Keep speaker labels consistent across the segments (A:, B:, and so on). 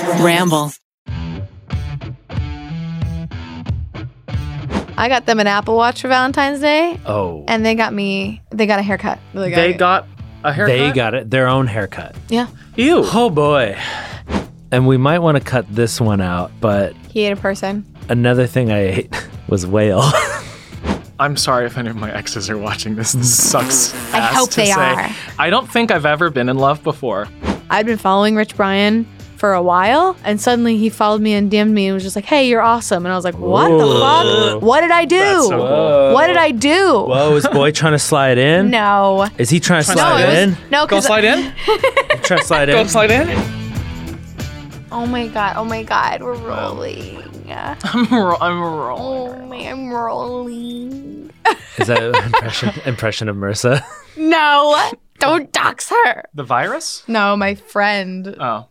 A: Ramble.
B: I got them an Apple Watch for Valentine's Day,
C: Oh,
B: and they got me. They got a haircut. Really
C: they got a haircut.
D: They got it. Their own haircut.
B: Yeah,
C: ew.
D: Oh boy. And we might want to cut this one out, but
B: he ate a person.
D: another thing I ate was whale.
C: I'm sorry if any of my exes are watching this. This sucks.
B: I
C: ass
B: hope
C: to
B: they
C: say.
B: are.
C: I don't think I've ever been in love before.
B: I'd been following Rich Brian for a while, and suddenly he followed me and DM'd me and was just like, "Hey, you're awesome," and I was like, "What the
D: Whoa.
B: fuck? What did I do?
C: That's so
D: Whoa.
B: What did I do?
D: Whoa, is boy trying to slide in?
B: No."
D: Is he trying to
C: Trying to
D: slide
B: No, it
D: in?
B: was, no,
C: Go
B: because
C: slide in.
D: Trying to slide
C: Go
D: in.
C: slide in.
B: oh my god, oh my god, we're rolling. Yeah.
C: I'm, ro- I'm rolling.
B: Oh my, I'm rolling.
D: Is that an impression, impression of Marissa?
B: No, don't dox her.
C: The virus?
B: No, my friend.
C: Oh.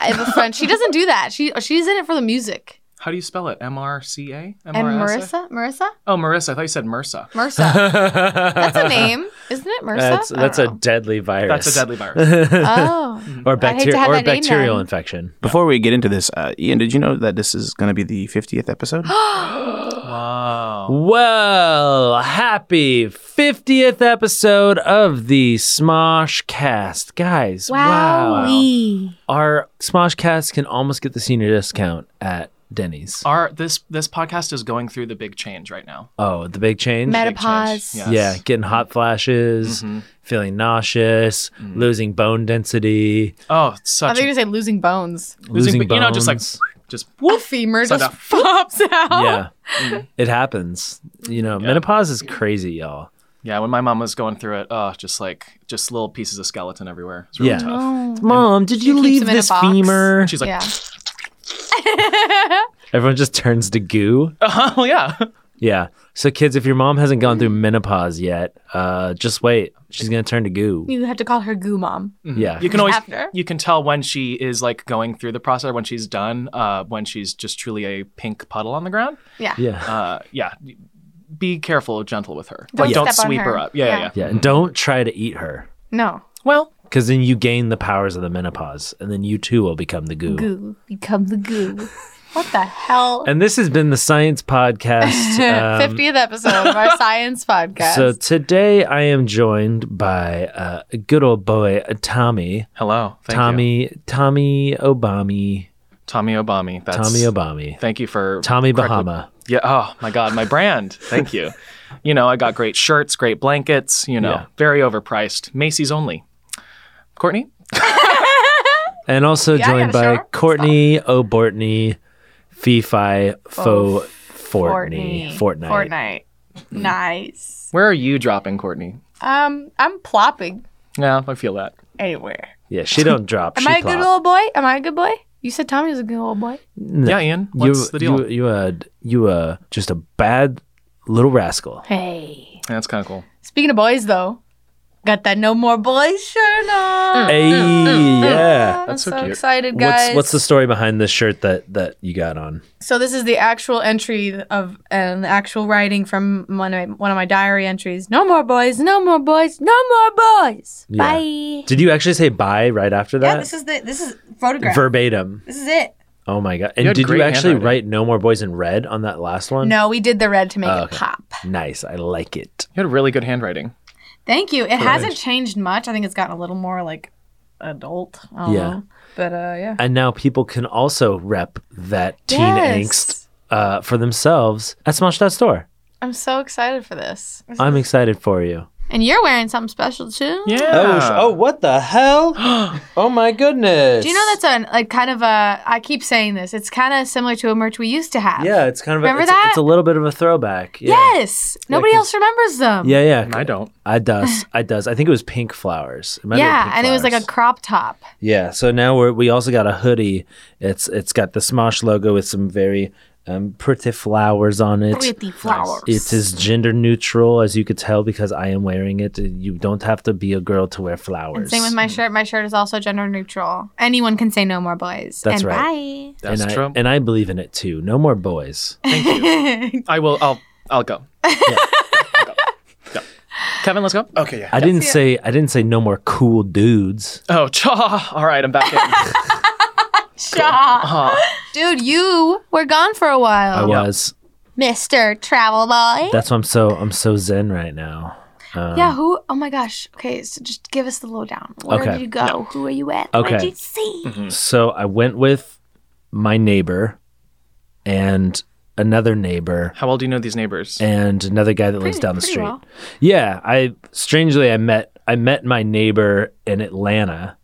B: I have a friend. She doesn't do that. She she's in it for the music.
C: How do you spell it? M R C A? M
B: And
C: R S A?
B: Marissa, Marissa,
C: Oh, Marissa. I thought you said MRSA.
B: Marissa.
D: That's
B: That's a name, isn't it? Marissa.
D: That's,
B: I don't
D: that's a
B: know.
D: deadly virus.
C: That's a deadly virus.
B: oh.
D: or
B: I'd hate to
D: bacteria
B: have
D: or
B: that name
D: bacterial
B: then.
D: infection.
E: Before we get into this, uh, Ian, did you know that this is going to be the 50th episode?
C: wow.
D: Well, happy 50th episode of the Smosh Cast. Guys, wow.
B: Wowee.
D: Our Smosh Cast can almost get the senior discount at Denny's.
C: Our this this podcast is going through the big change right now.
D: Oh, the big change?
B: Meta-
C: Big change.
B: Menopause.
C: Yes. Mm-hmm.
D: Yeah, getting hot flashes, feeling nauseous, losing bone density,
C: Oh, it's
B: I
C: such
B: think you say losing bones.
D: losing,
C: but,
D: bones.
C: you know, just like just
B: A
C: woof.
B: femur
C: So
B: just pops out.
D: yeah,
C: Mm-hmm.
D: it happens. You know, menopause is crazy, y'all.
C: Yeah, when my mom was going through it, oh, just like just little pieces of skeleton everywhere. It's really
D: Yeah.
C: tough.
B: Oh.
D: Mom, did you
B: keeps
D: leave
B: them in a
D: this
B: box.
D: femur?
C: She's like,
B: yeah.
D: Everyone just turns to goo.
C: oh yeah,
D: Yeah. So, kids, if your mom hasn't gone through menopause yet, uh, just wait. She's gonna turn to goo.
B: You have to call her goo mom.
D: Yeah.
C: Mm-hmm. you can always
B: After.
C: you can tell when she is like going through the process when she's done, uh, when she's just truly a pink puddle on the ground.
B: Yeah.
D: yeah.
C: Uh, yeah, be careful, gentle with her.
B: Don't
C: like, don't
B: step on
C: sweep her.
B: her.
C: up. Yeah, yeah.
B: Yeah.
C: yeah.
D: Yeah. And don't try to eat her,
B: No.
C: Well,
D: because then you gain the powers of the menopause, and then you too will become the goo.
B: Goo. Become the goo. What the hell?
D: And this has been the Science Podcast. um,
B: 50th episode of our science podcast.
D: So today I am joined by uh, good old boy uh, Tommy,
C: hello, thank you.
D: Tommy, Tommy Obami,
C: Tommy Obami. That's,
D: Tommy Obami,
C: Thank you for
D: Tommy
C: correctly-
D: Bahama.
C: Yeah. Oh my God, my brand. Thank you. You know, I got great shirts, great blankets. You know,
D: Yeah.
C: very overpriced. Macy's only. Courtney.
D: And also
B: I gotta show
D: joined by
B: her.
D: Courtney O'Bortney, Fee Fi
B: Oh,
D: Fo Fortney. Fortnite.
B: Fortnite. Nice.
C: Where are you dropping, Courtney?
B: Um, I'm plopping
C: Yeah, I feel that.
B: anywhere.
D: Yeah, she don't drop.
B: Am
D: she
B: I a
D: plop.
B: good old boy? Am I a good boy? You said Tommy was a good old boy.
D: No.
C: Yeah, Ian.
D: You,
C: What's the deal?
D: you you uh you uh just a bad little rascal.
B: Hey.
C: That's kind of cool.
B: Speaking of boys, though, got that No More Boys shirt on.
D: Hey, yeah.
B: I'm
C: That's so
B: Mm. so,
C: cute.
B: excited, Oh, guys.
D: What's what's the story behind this shirt that that you got on?
B: So this is the actual entry of an actual writing from one of my, one of my diary entries. No more boys, no more boys, no more boys.
D: Yeah.
B: Bye.
D: Did you actually say bye right after that?
B: Yeah, this is the this is photograph.
D: Verbatim.
B: this is it.
D: Oh my god! And
C: had
D: did you
C: great
D: actually
C: handwriting.
D: write "No More Boys in Red" on that last one?
B: No, we did the red to make
D: Oh,
B: it
D: okay.
B: pop.
D: Nice. I like it.
C: You had really good handwriting.
B: Thank you. It hasn't changed much. I think it's gotten a little more like adult. I don't
D: Yeah.
B: know. But uh, yeah.
D: And now people can also rep that teen
B: Yes.
D: angst uh, for themselves at Smosh.store.
B: I'm so excited for this.
D: I'm excited for you.
B: And you're wearing something special too.
D: Oh,
C: Yeah.
D: what the hell? oh my goodness.
B: Do you know that's a like kind of a? I keep saying this. It's kind of similar to a merch we used to have.
D: Yeah, it's kind of
B: Remember
D: a, it's,
B: that?
D: it's a little bit of a throwback. Yeah.
B: Yes. Nobody
D: 'cause-
B: else remembers them.
D: Yeah, yeah.
C: I don't.
D: I does. I does. I think it was pink flowers. It might have been
B: Yeah,
D: Pink
B: and it was like a
D: Flowers.
B: crop top.
D: Yeah, so now we're, we also got a hoodie. It's it's got the Smosh logo with some very um, pretty flowers on it.
B: flowers.
D: It is gender neutral, as you could tell, because I am wearing it. You don't have to be a girl to wear flowers.
B: Same with my shirt. My shirt is also gender neutral. Anyone can say no more boys.
D: That's
B: and
D: right.
C: That's
D: and I,
C: true.
D: And I believe in it too. No more boys.
B: Bye.
C: I will. I'll. I'll go. I'll go. Go. Kevin, let's go. Okay. Yeah.
D: I didn't say I didn't say no more cool dudes.
C: Oh, cha. All right. I'm back in.
B: Stop.
C: Uh,
B: Dude, you were gone for a
D: I
B: while,
D: was.
B: Mr. Travel Boy.
D: That's why I'm so I'm so zen right now. Um,
B: yeah, who? Oh my gosh. Okay, so just give us the lowdown. Where
D: Okay.
B: did you go? Who are you at?
D: Okay. Mhm.
B: What did you see?
D: So I went with my neighbor and another neighbor
C: how well do you know these neighbors?
D: and another guy that lives
B: Pretty-
D: down the
B: pretty
D: street.
B: well.
D: Yeah, I strangely I met I met my neighbor in Atlanta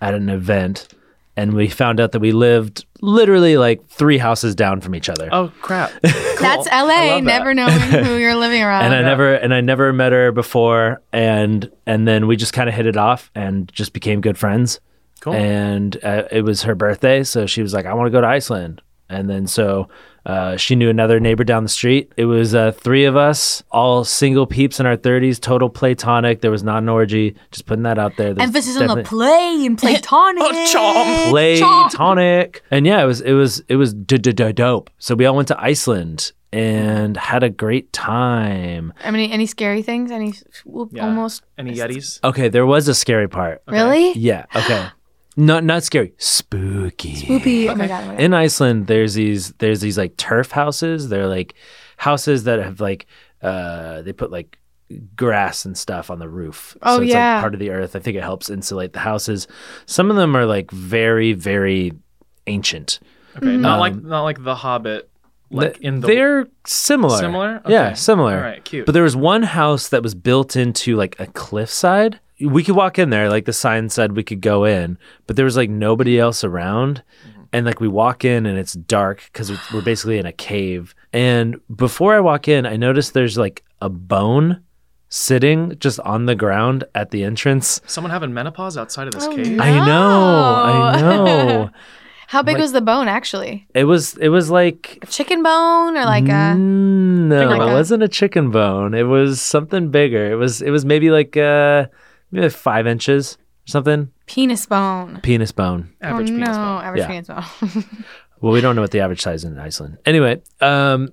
D: at an event and we found out that we lived literally like 3 houses down from each other.
C: Oh crap!
B: That's
C: Cool. I
B: LA,
C: love that.
B: never knowing who you're living around.
D: and I never and I never met her before and and then we just kind of hit it off and just became good friends.
C: Cool.
D: And uh, it was her birthday, so she was like, "I want to go to Iceland." And then so uh, she knew another neighbor down the street. It was uh, three of us, all single peeps in our thirties, total platonic. There was not an orgy. Just putting that out there. There's
B: Emphasis on the
D: definitely- Oh,
B: play and platonic.
C: chomp.
B: Chomp.
D: platonic. And yeah, it was it was it was d- d- d- dope. So we all went to Iceland and had a great time.
B: I mean, any scary things? Any whoop,
C: Yeah.
B: almost?
C: Any Yetis?
D: Okay, there was a scary part.
B: Really?
D: Yeah, okay. not not scary. Spooky.
B: Spoopy. Oh my god. Oh my god.
D: In Iceland, there's these there's these like turf houses. They're like houses that have like uh they put like grass and stuff on the roof.
B: Oh,
D: so it's
B: yeah.
D: like part of the earth. I think it helps insulate the houses. Some of them are like very, very ancient.
C: Okay,
B: Mm-hmm.
C: not like not like the Hobbit, like
D: Th-
C: in the
D: Um, they're similar.
C: Similar?
D: Yeah,
C: Okay.
D: similar.
C: All right, cute.
D: But there was one house that was built into like a cliffside. We could walk in there, like the sign said we could go in, but there was like nobody else around. And like we walk in and it's dark because we're basically in a cave. And before I walk in, I notice there's like a bone sitting just on the ground at the entrance.
C: someone having menopause outside of this
B: Oh,
C: cave.
B: no.
D: I know, I
B: No.
D: know.
B: How big
D: like-
B: was the bone actually?
D: it was it was like
B: A chicken bone or like uh, a?
D: Mm. no,
B: finger
D: it
B: bone?
D: wasn't a chicken bone. It was something bigger. It was it was maybe like uh maybe like five inches or something.
B: Penis bone.
D: Penis bone.
C: Average
B: oh, no,
C: penis. bone.
B: average
D: Yeah.
B: penis bone.
D: Well, we don't know what the average size in Iceland. Anyway, um,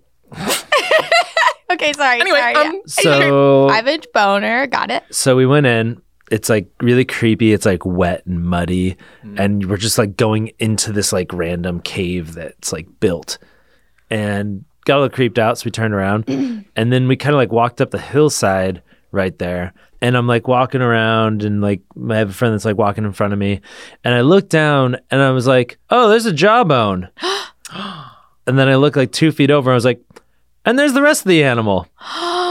B: okay, sorry.
C: Anyway,
B: sorry,
C: um,
B: yeah.
D: so
B: five inch boner. Got it.
D: so we went in. It's like really creepy. It's like wet and muddy, and we're just like going into this like random cave that's like built, and got a little creeped out. So we turned around, and then we kind of like walked up the hillside right there. And I'm like walking around, and like I have a friend that's like walking in front of me, and I looked down, and I was like, "Oh, there's a jawbone," and then I look like two feet over, and I was like, "And there's the rest of the animal."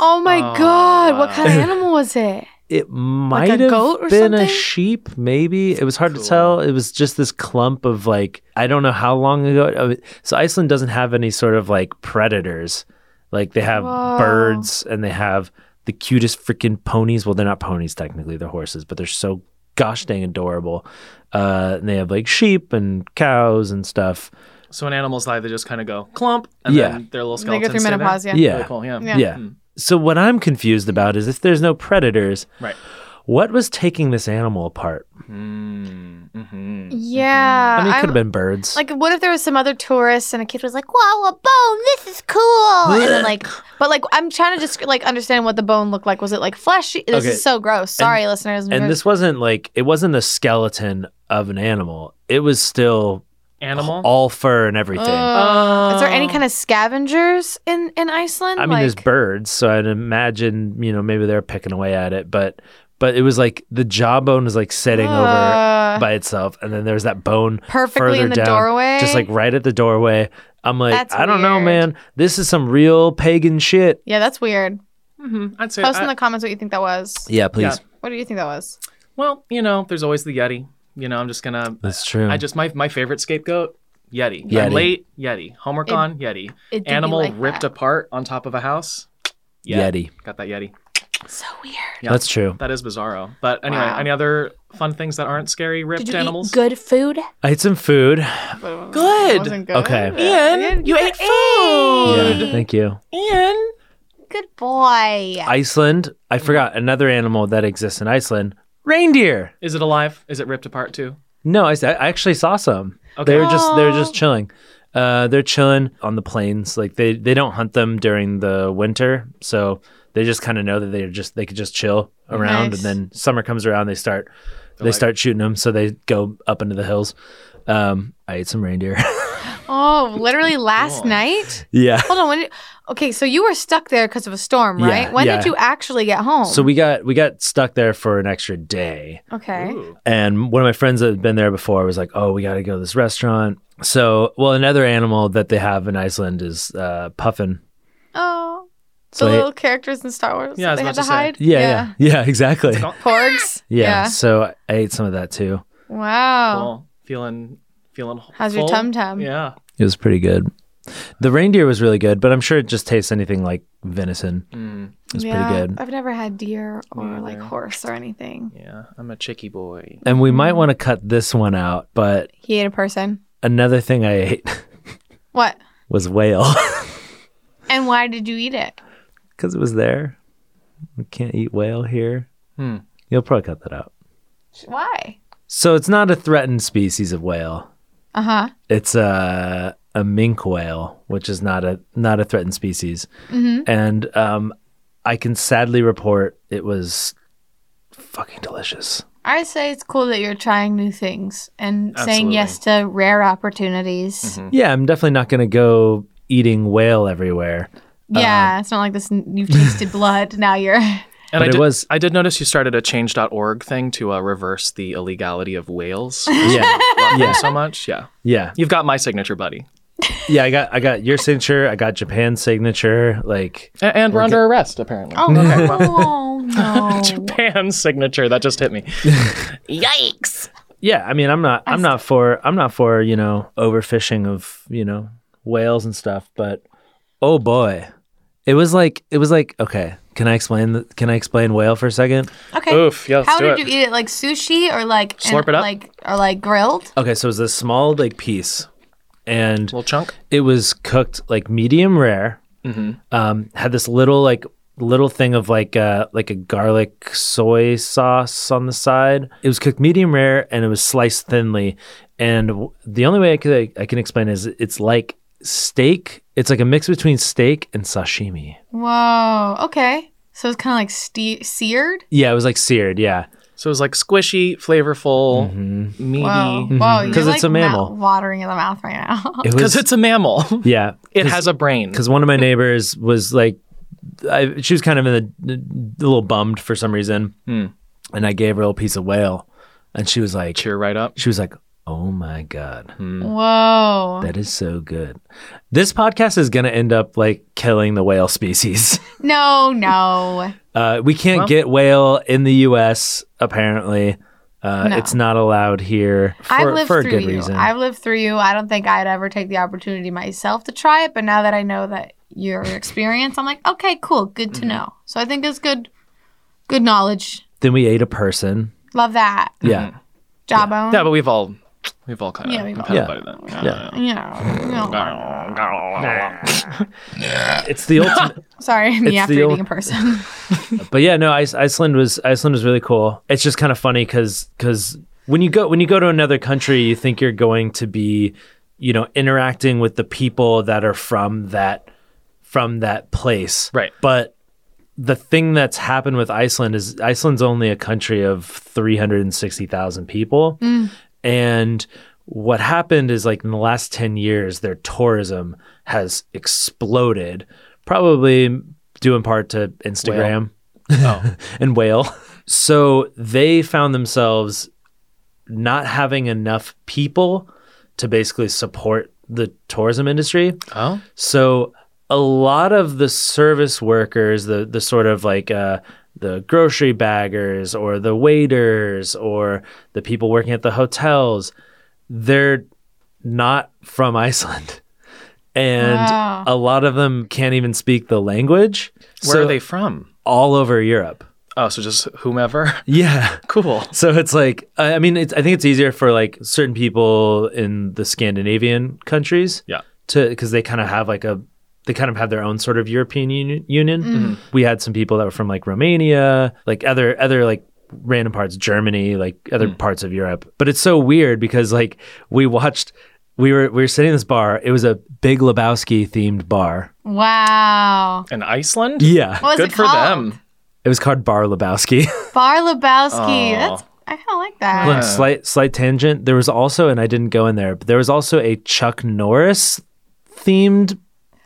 B: Oh my
C: Oh,
B: god! What
C: wow.
B: kind of animal was it?
D: It might
B: a
D: have
B: goat or
D: been a
B: something?
D: sheep, maybe. It was hard
C: Cool.
D: to tell. It was just this clump of like I don't know how long ago. I mean, So Iceland doesn't have any sort of like predators. Like they have
B: Whoa.
D: birds and they have the cutest freaking ponies. Well, they're not ponies technically; they're horses, but they're so gosh dang adorable. Uh, and they have like sheep and cows and stuff.
C: So an animal's life, they just kind of go clump, and
D: Yeah.
C: then their little
B: They
C: skeletons.
B: go through
C: stay there.
B: menopause. Yeah.
D: Yeah.
C: Really cool. Yeah.
B: Yeah.
D: Yeah.
C: Mm.
D: So what I'm confused about is if there's no predators,
C: Right.
D: what was taking this animal apart?
C: Mm-hmm.
B: Yeah.
D: I mean,
B: Uh,
D: it
B: I'm-
D: could have been birds.
B: Like, what if there was some other tourists and a kid was like, "Whoa, a bone! This is cool!" and then like, but like, I'm trying to just like understand what the bone looked like. Was it like fleshy? This
D: Okay.
B: is so gross. Sorry, listeners.
D: and this wasn't like it wasn't a skeleton of an animal it was still
C: Hmm. Animal.
D: all fur and everything
B: Oh, Ugh. Uh, is there
C: Oh.
B: any kind of scavengers in in Iceland?
D: i mean
B: like,
D: there's birds so i'd imagine you know maybe they're picking away at it but but it was like the jawbone is like sitting
B: Uh.
D: over by itself and then there's that bone
B: Perfectly
D: further
B: in the
D: down,
B: doorway?
D: just like right at the doorway i'm like
B: That's
D: i don't know
B: weird.
D: man this is some real pagan shit
B: yeah, that's weird.
C: Mhm. I'd say.
B: Post
C: I-
B: in the comments what you think that was.
D: yeah please
B: What do you think that was?
C: well, you know, there's always the Yeti. You know, I'm just gonna.
D: that's true
C: I just my my favorite scapegoat. Yeti.
D: Yeti.
C: I'm late. Yeti. Homework
B: It-
C: on. Yeti.
B: it did be
C: Animal
B: like
C: ripped
B: that.
C: apart on top of a house. Yeah.
D: yeti
C: Got that Yeti.
B: So weird.
C: Yeah.
D: that's true
C: That is bizarro. But anyway,
B: Wow.
C: any other fun things that aren't scary ripped
B: Did you
C: animals?
B: eat good food?
D: i ate some food
C: Good.
B: Wasn't
D: Okay.
C: Ian, you ate food.
D: yeah thank you
C: Ian.
B: Good boy.
D: Iceland. I forgot another animal that exists in Iceland. Reindeer.
C: Is it alive? Is it ripped apart too?
D: No, I, s- I actually saw some.
C: Okay.
D: They were just they were just
B: Aw.
D: chilling. Uh, they're chilling on the plains. Like they they don't hunt them during the winter, so they just kind of know that they're just they could just chill around,
B: Nice.
D: and then summer comes around, they start they
C: like-
D: start shooting them. So they go up into the hills. Um, I ate some reindeer.
B: Oh, literally last
C: Cool.
B: night.
D: yeah.
B: Hold on. When did, okay, so you were stuck there because of a storm,
D: Yeah,
B: right? when
D: yeah.
B: did you actually get home?
D: So we got we got stuck there for an extra day.
B: okay.
C: Ooh.
D: And one of my friends that had been there before was like, "Oh, we got to go to this restaurant." So, well, another animal that they have in Iceland is uh, puffin.
B: Oh,
D: So
B: the
D: I-
B: little characters in Star Wars.
C: Yeah, I
B: Yeah,
C: was
B: they had
C: about
B: to,
C: to say.
B: hide.
D: yeah, yeah, yeah, exactly. Yeah.
C: It's
B: Porgs.
D: So I ate some of that too.
B: Wow.
C: Cool. Feeling, feeling.
B: How's your
C: full?
B: tum tum?
C: Yeah.
D: It was pretty good. The reindeer was really good, but I'm sure it just tastes anything like venison.
C: Mm,
D: It was
B: Yeah,
D: pretty good.
B: I've never had deer or
C: Me
B: like
C: either.
B: horse or anything.
C: yeah. I'm a chicky boy.
D: And we might want to cut this one out, but
B: He ate a person.
D: another thing I ate
B: What?
D: was whale
B: And why did you eat it?
D: because it was there. We can't eat whale here.
C: Hmm.
D: You'll probably cut that out.
B: Why?
D: So it's not a threatened species of whale.
B: Uh huh.
D: It's a a mink whale, which is not a not a threatened species.
B: Mm-hmm.
D: And um, I can sadly report it was fucking delicious.
B: I say it's cool that you're trying new things and saying
C: Absolutely. Mm-hmm.
B: yes to rare opportunities.
D: Yeah, I'm definitely not going to go eating whale everywhere.
C: Uh-huh.
B: Yeah, it's not like this. You've tasted blood. Now you're.
C: And
D: But
C: I
D: it
C: did,
D: was-
C: I did notice you started a change.org thing to uh, reverse the illegality of whales.
D: Yeah, Yeah.
C: Love them so much. Yeah.
D: yeah,
C: You've got my signature, buddy.
D: yeah. I got I got your signature. I got Japan's signature. Like
C: A- and we're under arrest, apparently.
B: Oh no!
C: Pan's signature. That just hit me.
A: Yikes.
D: yeah, I mean, I'm not I'm not for I'm not for you know overfishing of you know whales and stuff. But oh boy, it was like it was like okay. Can I explain? The, can I explain whale for a second?
B: Okay.
C: Oof. Yeah. Let's
B: How
C: do
B: did
C: it.
B: you eat it? Like sushi or like and-
C: Slurp it up?
B: Like or like grilled?
D: Okay, so it was this small like piece, and
C: Little chunk.
D: it was cooked like medium rare.
C: Mm-hmm.
D: Um, had this little like little thing of like uh, like a garlic soy sauce on the side. It was cooked medium rare and it was sliced thinly. And w- the only way I could I can explain is it's like steak. It's like a mix between steak and sashimi.
B: Whoa. Okay. So it's kind of like ste- seared.
D: Yeah, it was like seared. Yeah,
C: So it was like squishy, flavorful, meaty.
B: Whoa.
C: Mm-hmm.
B: Whoa. Because
D: 'Cause it's a mammal.
B: watering in the mouth right now.
D: it
C: Because
D: was.
C: it's a mammal.
D: yeah,
C: It has a brain.
D: because one of my neighbors was like, I, she was kind of in the, a little bummed for some reason, and I gave her a little piece of whale, and she was like,
C: Cheer right up.
D: she was like, "Oh my god,
C: Mm.
B: Whoa.
D: that is so good." This podcast is gonna end up like killing the whale species.
B: No. No.
D: Uh, we can't get whale in the U.S. Apparently, uh,
B: No.
D: it's not allowed here for,
B: I've lived
D: for a
B: through
D: good
B: you.
D: reason.
B: I've lived through you. I don't think I'd ever take the opportunity myself to try it, but now that I know that your experience, I'm like, okay, cool, good
D: Mm-hmm.
B: to know. So I think it's good, good knowledge.
D: then we ate a person.
B: Love that
D: Yeah,
B: jawbone.
C: Yeah, but we've all, we've all kind of,
B: Yeah, we've
C: we've
B: all-
C: had
D: Yeah.
C: about it then.
D: yeah.
B: yeah. No.
D: It's the ultimate.
B: Sorry,
D: It's
B: me after
D: the
B: eating
D: old-
B: a person.
D: but yeah, no, Ice, Iceland was Iceland was really cool. It's just kind of funny because when you go when you go to another country, you think you're going to be, you know, interacting with the people that are from that from that place,
C: Right.
D: But the thing that's happened with Iceland is Iceland's only a country of 360,000 people.
C: Mm.
D: And what happened is like in the last 10 years, their tourism has exploded, probably due in part to Instagram
C: Oh.
D: and whale. So they found themselves not having enough people to basically support the tourism industry.
C: Oh.
D: So a lot of the service workers, the the sort of like uh, the grocery baggers or the waiters or the people working at the hotels, they're not from Iceland, and
B: Wow.
D: a lot of them can't even speak the language.
C: Where
D: so
C: are they from?
D: all over Europe.
C: Oh, so just whomever.
D: Yeah.
C: cool.
D: So it's like I I mean it's I think it's easier for like certain people in the Scandinavian countries
C: Yeah.
D: to because they kind of have like a they kind of have their own sort of European uni- Union. We had some people that were from like Romania, like other other like random parts Germany, like other parts of Europe. But it's so weird because like we watched we were we were sitting in this bar. It was a Big Lebowski themed bar.
B: Wow.
C: In Iceland?
D: Yeah.
B: What was
C: Good
B: it
C: for
B: called?
C: them.
D: It was called Bar Lebowski.
B: Bar Lebowski.
C: Oh.
B: That's I kind of like that.
C: Yeah.
D: Look, slight slight tangent. There was also, and I didn't go in there, but there was also a Chuck Norris themed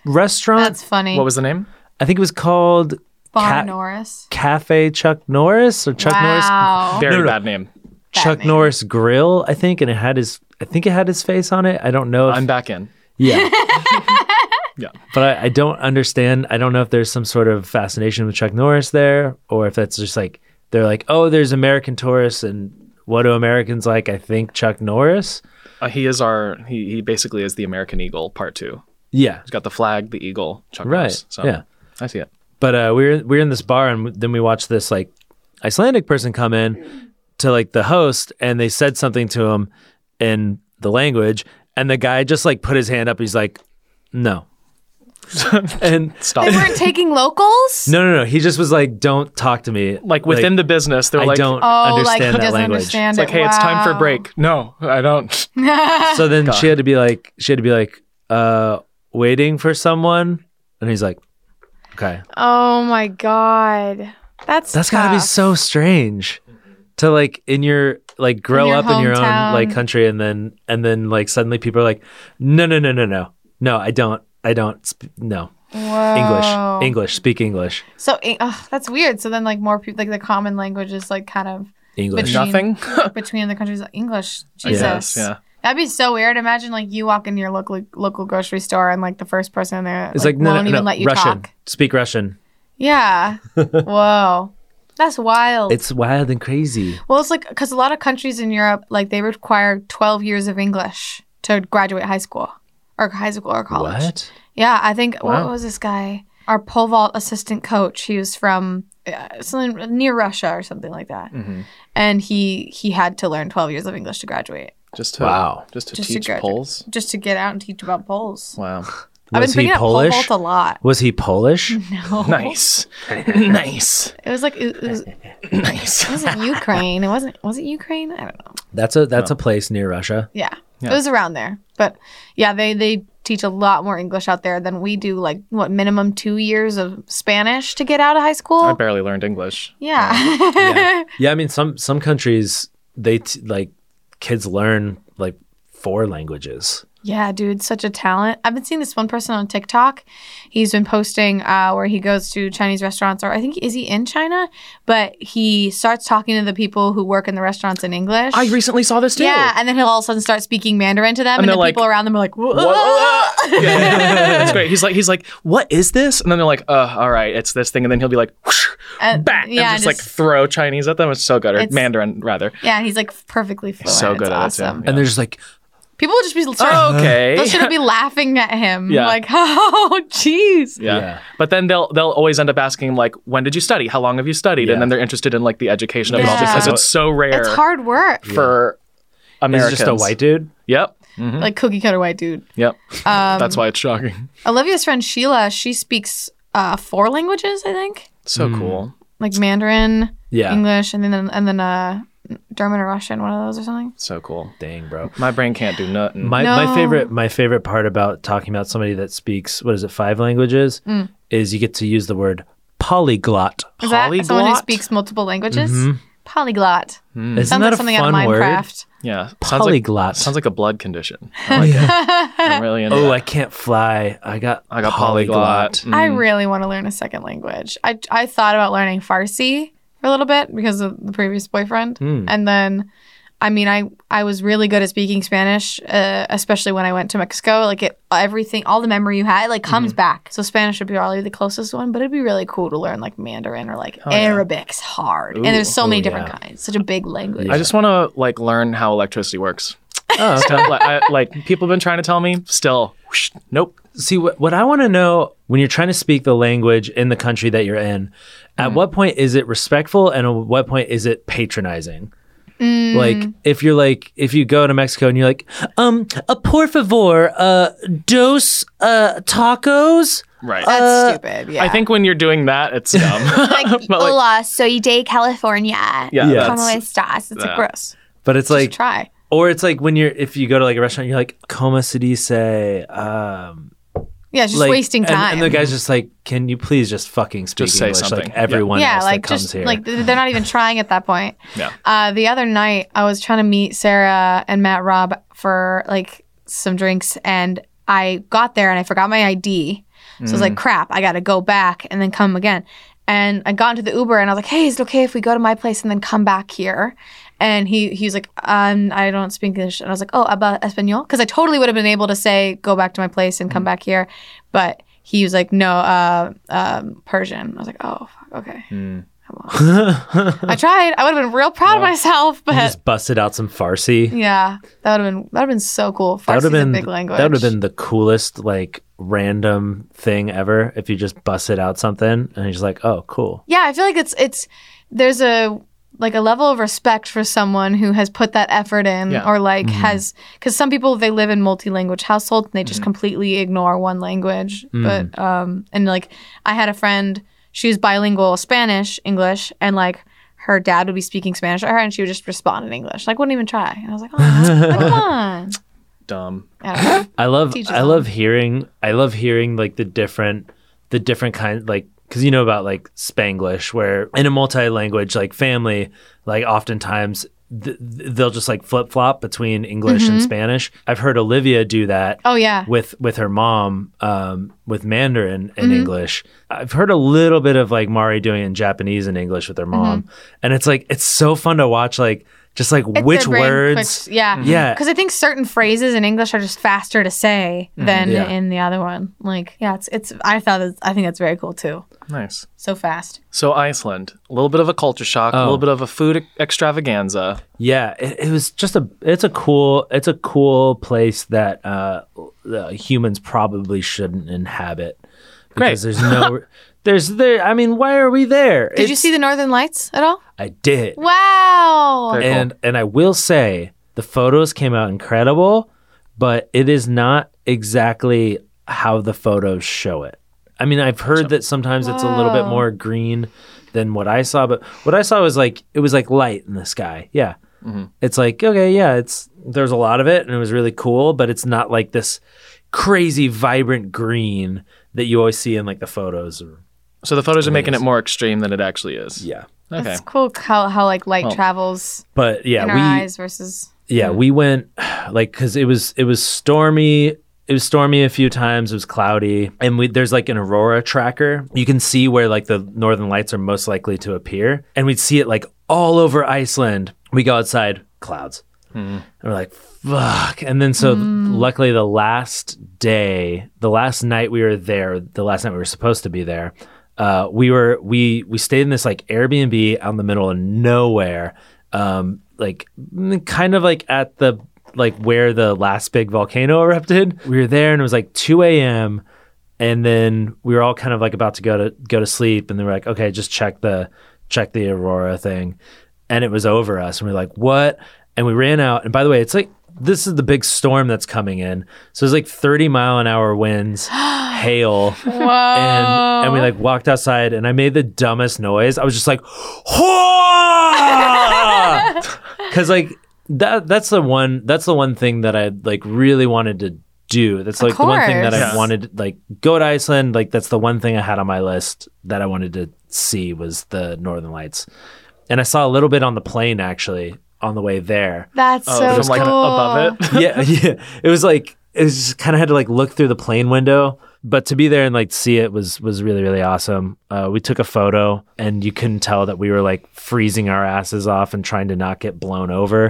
D: restaurant.
B: That's funny.
C: What was the name?
D: I think it was called
B: Bon
D: Cat-
B: Norris?
D: Cafe Chuck Norris or Chuck Norris
B: wow.
C: Very
D: no, no.
C: bad name.
D: Chuck
B: Batman.
D: Norris Grill, I think, and it had his I think it had his face on it. I don't know if
C: I'm back in.
D: yeah.
C: Yeah.
D: But I, I don't understand. I don't know if there's some sort of fascination with Chuck Norris there, or if that's just like they're like, oh, there's American tourists, and what do Americans like? I think Chuck Norris.
C: Uh, he is our. He, he basically is the American Eagle part two.
D: Yeah,
C: He's got the flag, the eagle, Chuck
D: Right,
C: Norris. So
D: yeah.
C: I see it.
D: but uh, we were we were in this bar, and then we watched this like Icelandic person come in to like the host, and they said something to him in the language, and the guy just like put his hand up. He's like, no, and
B: They
C: Stop.
B: weren't taking locals?
D: no, no, no. He just was like, don't talk to me.
C: like within the business, they're
D: I
C: like,
D: don't
B: Oh, like he
D: understand
B: doesn't
D: that language.
B: understand
C: it's
B: it.
C: like, hey, it's time for a
B: Wow.
C: break. No, I don't.
D: so then she had to be like she had to be like uh waiting for someone and he's like okay
B: Oh my god. That's
D: that's gotta be
B: tough.
D: so strange to like in your like grow
B: your
D: up in your own
B: hometown.
D: like country and then and then like suddenly people are like no no no no no no i don't i don't sp- no
B: Whoa.
D: english english speak english
B: So eh, ugh, that's weird. So then like more people like the common language is like kind of
D: english
B: Between-
C: Nothing.
B: between the countries like English. Jesus.
C: Yes. Yeah.
B: That'd be so weird. Imagine like you walk into your local local grocery store and like the first person in there
D: it's like, no
B: won't
D: no,
B: even
D: no
B: let you
D: russian
B: talk.
D: speak russian
B: Yeah. Whoa. That's wild.
D: it's wild and crazy
B: well, it's like because a lot of countries in Europe like they require 12 years of English to graduate high school or high school or college.
D: what
B: Yeah, I think
D: Wow.
B: what was this guy? Our pole vault assistant coach. He was from uh, something near Russia or something like that,
D: Mm-hmm.
C: Mhm.
B: and he he had to learn 12 years of English to graduate,
C: Just to
D: Wow.
C: Just to
B: Just to
C: teach
B: graduate.
C: polls.
B: just to get out and teach about poles.
C: Wow.
B: I've been
D: was he
B: picking up pole
D: polish
B: vault a lot.
D: was he polish
B: No,
C: Nice. nice.
B: it was like it, it was, it
C: Nice.
B: wasn't Ukraine. It wasn't was it Ukraine? I don't know.
D: That's a that's a place near Russia.
B: Yeah,
C: Yeah.
B: it was around there. But yeah, they they teach a lot more English out there than we do. Like what minimum two years of Spanish to get out of high school?
C: I barely learned English.
B: yeah.
D: Yeah, I mean some some countries they t- like kids learn like four languages.
B: Yeah, dude, such a talent. I've been seeing this one person on TikTok. He's been posting uh, where he goes to Chinese restaurants, or I think is he in China? But he starts talking to the people who work in the restaurants in English.
C: I recently saw this too.
B: yeah, and then he'll all of a sudden start speaking Mandarin to them,
C: And
B: and,
C: they're
B: the
C: like,
B: people around them are like,
C: What? That's great. He's like, he's like, what is this? And then they're like, uh, all right, it's this thing. And then he'll be like, whoosh,
B: And-
C: back,
B: Yeah,
C: and just, like throw Chinese at them. It's so good, or
B: It's-
C: Mandarin rather.
B: yeah, and he's like perfectly fluent.
C: so
B: it's
C: good at it, too.
B: awesome.
D: And they're just like,
B: People will just be sort of-
C: Oh, Okay.
B: they'll sort of be laughing at him,
C: Yeah.
B: like, oh, jeez.
C: Yeah.
D: Yeah.
C: But then they'll they'll always end up asking like, when did you study? How long have you studied?
D: Yeah.
C: And then they're interested in like the education of it
B: Yeah.
C: all because
D: Yeah.
C: it's so rare
B: It's hard work,
C: for
D: "Is it
C: Americans.
D: just a white dude?"
C: Yep.
B: like cookie cutter white dude.
C: Yep.
B: Um,
C: That's why it's shocking.
B: Olivia's friend Sheila, she speaks uh, four languages, I think,
C: So
D: Hmm.
C: cool.
B: like Mandarin,
D: Yeah.
B: English, and then and then uh, German or Russian, one of those or something.
C: So cool.
D: Dang, bro.
C: My brain can't do nothing.
D: My
B: No.
D: my favorite my favorite part about talking about somebody that speaks what is it five languages
B: Mm.
D: is you get to use the word polyglot. Mm-hmm. Hmm.
B: Is that someone who
C: Polyglot?
B: speaks multiple languages? Polyglot.
C: Mm.
D: Isn't
B: Sounds
D: that
B: like
D: a
B: something
D: fun
B: out of
D: word?
B: Minecraft.
C: yeah. Sounds like,
D: Polyglot.
C: sounds like a blood condition. I like it. I'm really into
D: oh,
C: that.
D: I can't fly. I got
C: I got polyglot.
B: I really want to learn a second language. I I thought about learning Farsi for a little bit because of the previous boyfriend,
C: Mm.
B: and then. I mean, I, I was really good at speaking Spanish, uh, especially when I went to Mexico. Like it, everything, all the memory you had, it, like
C: Mm-hmm.
B: comes back. So Spanish would be probably the closest one, but it'd be really cool to learn like Mandarin or like
C: Oh,
B: Arabic's hard. and there's so many different kinds. Such a big language.
C: I just want to like learn how electricity works.
D: Oh, okay.
C: Stuff like, I, like people have been trying to tell me. Still, whoosh, nope.
D: See what what I want to know when you're trying to speak the language in the country that you're in, at
C: Mm.
D: what point is it respectful and at what point is it patronizing?
B: Mm.
D: Like if you're like if you go to Mexico and you're like, um, a por favor, uh, dos uh tacos.
C: Right.
B: That's stupid. Yeah.
C: uh, I think when you're doing that, it's dumb.
F: like,
C: But, like-
F: hola, soy de California.
C: yeah,
D: Yeah.
F: ¿Cómo
C: that's-
F: estás? It's
C: Yeah.
F: like,
B: gross.
D: But it's
B: Like,
D: like,
B: try.
D: or it's like when you're if you go to like a restaurant, you're like, como se dice, um,
B: Yeah, it's just
D: Like,
B: wasting
D: and-
B: time.
D: And, the guy's just like, "Can you please just fucking speak
C: Just say
D: English?"
C: something.
D: Like everyone
B: yeah,
D: else
B: like
D: that comes
B: just
D: here.
B: like th- they're not even trying at that point.
C: Yeah.
B: Uh, the other night, I was trying to meet Sarah and Matt Rob for like some drinks, and I got there and I forgot my ID. So I was
D: Mm.
B: like, crap, I got to go back and then come again. And I got into the Uber and I was like, hey, is it okay if we go to my place and then come back here? And he, he was like, um, I don't speak English. And I was like, oh, about Espanol? Because I totally would have been able to say, go back to my place and
D: Mm.
B: come back here. But he was like, no, uh, um, Persian. I was like, oh, fuck, okay.
D: Hmm.
B: I tried. I would have been real proud of myself,
D: You
B: but
D: just busted out some Farsi.
B: yeah, that would have been that would have been so cool. Farsi's
D: That would have been
B: a big language.
D: that would have been the coolest like random thing ever if you just busted out something and he's like, "Oh, cool."
B: Yeah, I feel like it's it's there's a like a level of respect for someone who has put that effort in
C: Yeah.
B: or like has because some people they live in multi-language households and they just completely ignore one language but um and like i had a friend she was bilingual spanish english and like her dad would be speaking spanish to her and she would just respond in english like wouldn't even try and i was like oh come on
C: Dumb.
B: I don't know.
D: I love
B: Teaches
D: I
B: them.
D: love hearing I love hearing like the different the different kind like because you know about like Spanglish where in a multi language like family like oftentimes th- th- they'll just like flip flop between English
B: Mm-hmm.
D: and Spanish. I've heard Olivia do that.
B: oh yeah
D: with with her mom um, with Mandarin
B: Mm-hmm.
D: and English. I've heard a little bit of like Mari doing it in Japanese and English with her
B: Mm-hmm.
D: mom, and it's like it's so fun to watch. Like just like
B: It's
D: which
B: their brain
D: words, Mm-hmm.
B: quick- yeah.
D: yeah,
B: Because I think certain phrases in English are just faster to say
C: Mm-hmm.
B: than
D: Yeah.
B: in the other one. Like, yeah, it's it's. I thought that, I think that's very cool too.
C: Nice.
B: So fast.
C: So Iceland, a little bit of a culture
D: Oh.
C: shock, a little bit of a food e-, extravaganza.
D: yeah. It, it was just a it's a cool it's a cool place that uh, uh, humans probably shouldn't inhabit because there's no. There's there. I mean, why are we there?
B: Did you see the Northern Lights at all?
D: I did.
B: Wow.
C: Very cool.
D: and and I will say the photos came out incredible, but it is not exactly how the photos show it. I mean, I've heard that sometimes it's a little bit more green than what I saw, but what I saw was like it was like light in the sky. Yeah. It's like okay, yeah, it's there's a lot of it and it was really cool, but it's not like this crazy vibrant green that you always see in like the photos or
C: So the photos are making it more extreme than it actually is.
D: yeah.
C: Okay.
B: That's cool. How how like light travels
D: But yeah,
B: in
D: we
B: our eyes versus.
D: yeah we went like because it was it was stormy it was stormy a few times it was cloudy and we there's like an aurora tracker you can see where like the northern lights are most likely to appear and we'd see it like all over iceland we go outside clouds and we're like fuck and then so luckily the last day the last night we were there the last night we were supposed to be there uh, we were we we stayed in this like airbnb out in the middle of nowhere um like mm, kind of like at the like where the last big volcano erupted we were there and it was like 2 a.m and then we were all kind of like about to go to go to sleep and they were like okay just check the check the aurora thing and it was over us and we were like what and we ran out and by the way it's like this is the big storm that's coming in so it's like 30 mile an hour winds hail and and we like walked outside and i made the dumbest noise i was just like because like that that's the one that's the one thing that i like really wanted to do that's like the one thing that i
B: course.
D: wanted wanted like go to Iceland. Like that's the one thing I had on my list that I wanted to see was the Northern Lights, and I saw a little bit on the plane actually on the way there.
B: That's so
C: from Oh, like
B: cool.
C: above it.
D: yeah, yeah. It was like it was just kind of had to like look through the plane window, but to be there and like see it was was really really awesome. Uh, we took a photo, and you couldn't tell that we were like freezing our asses off and trying to not get blown over.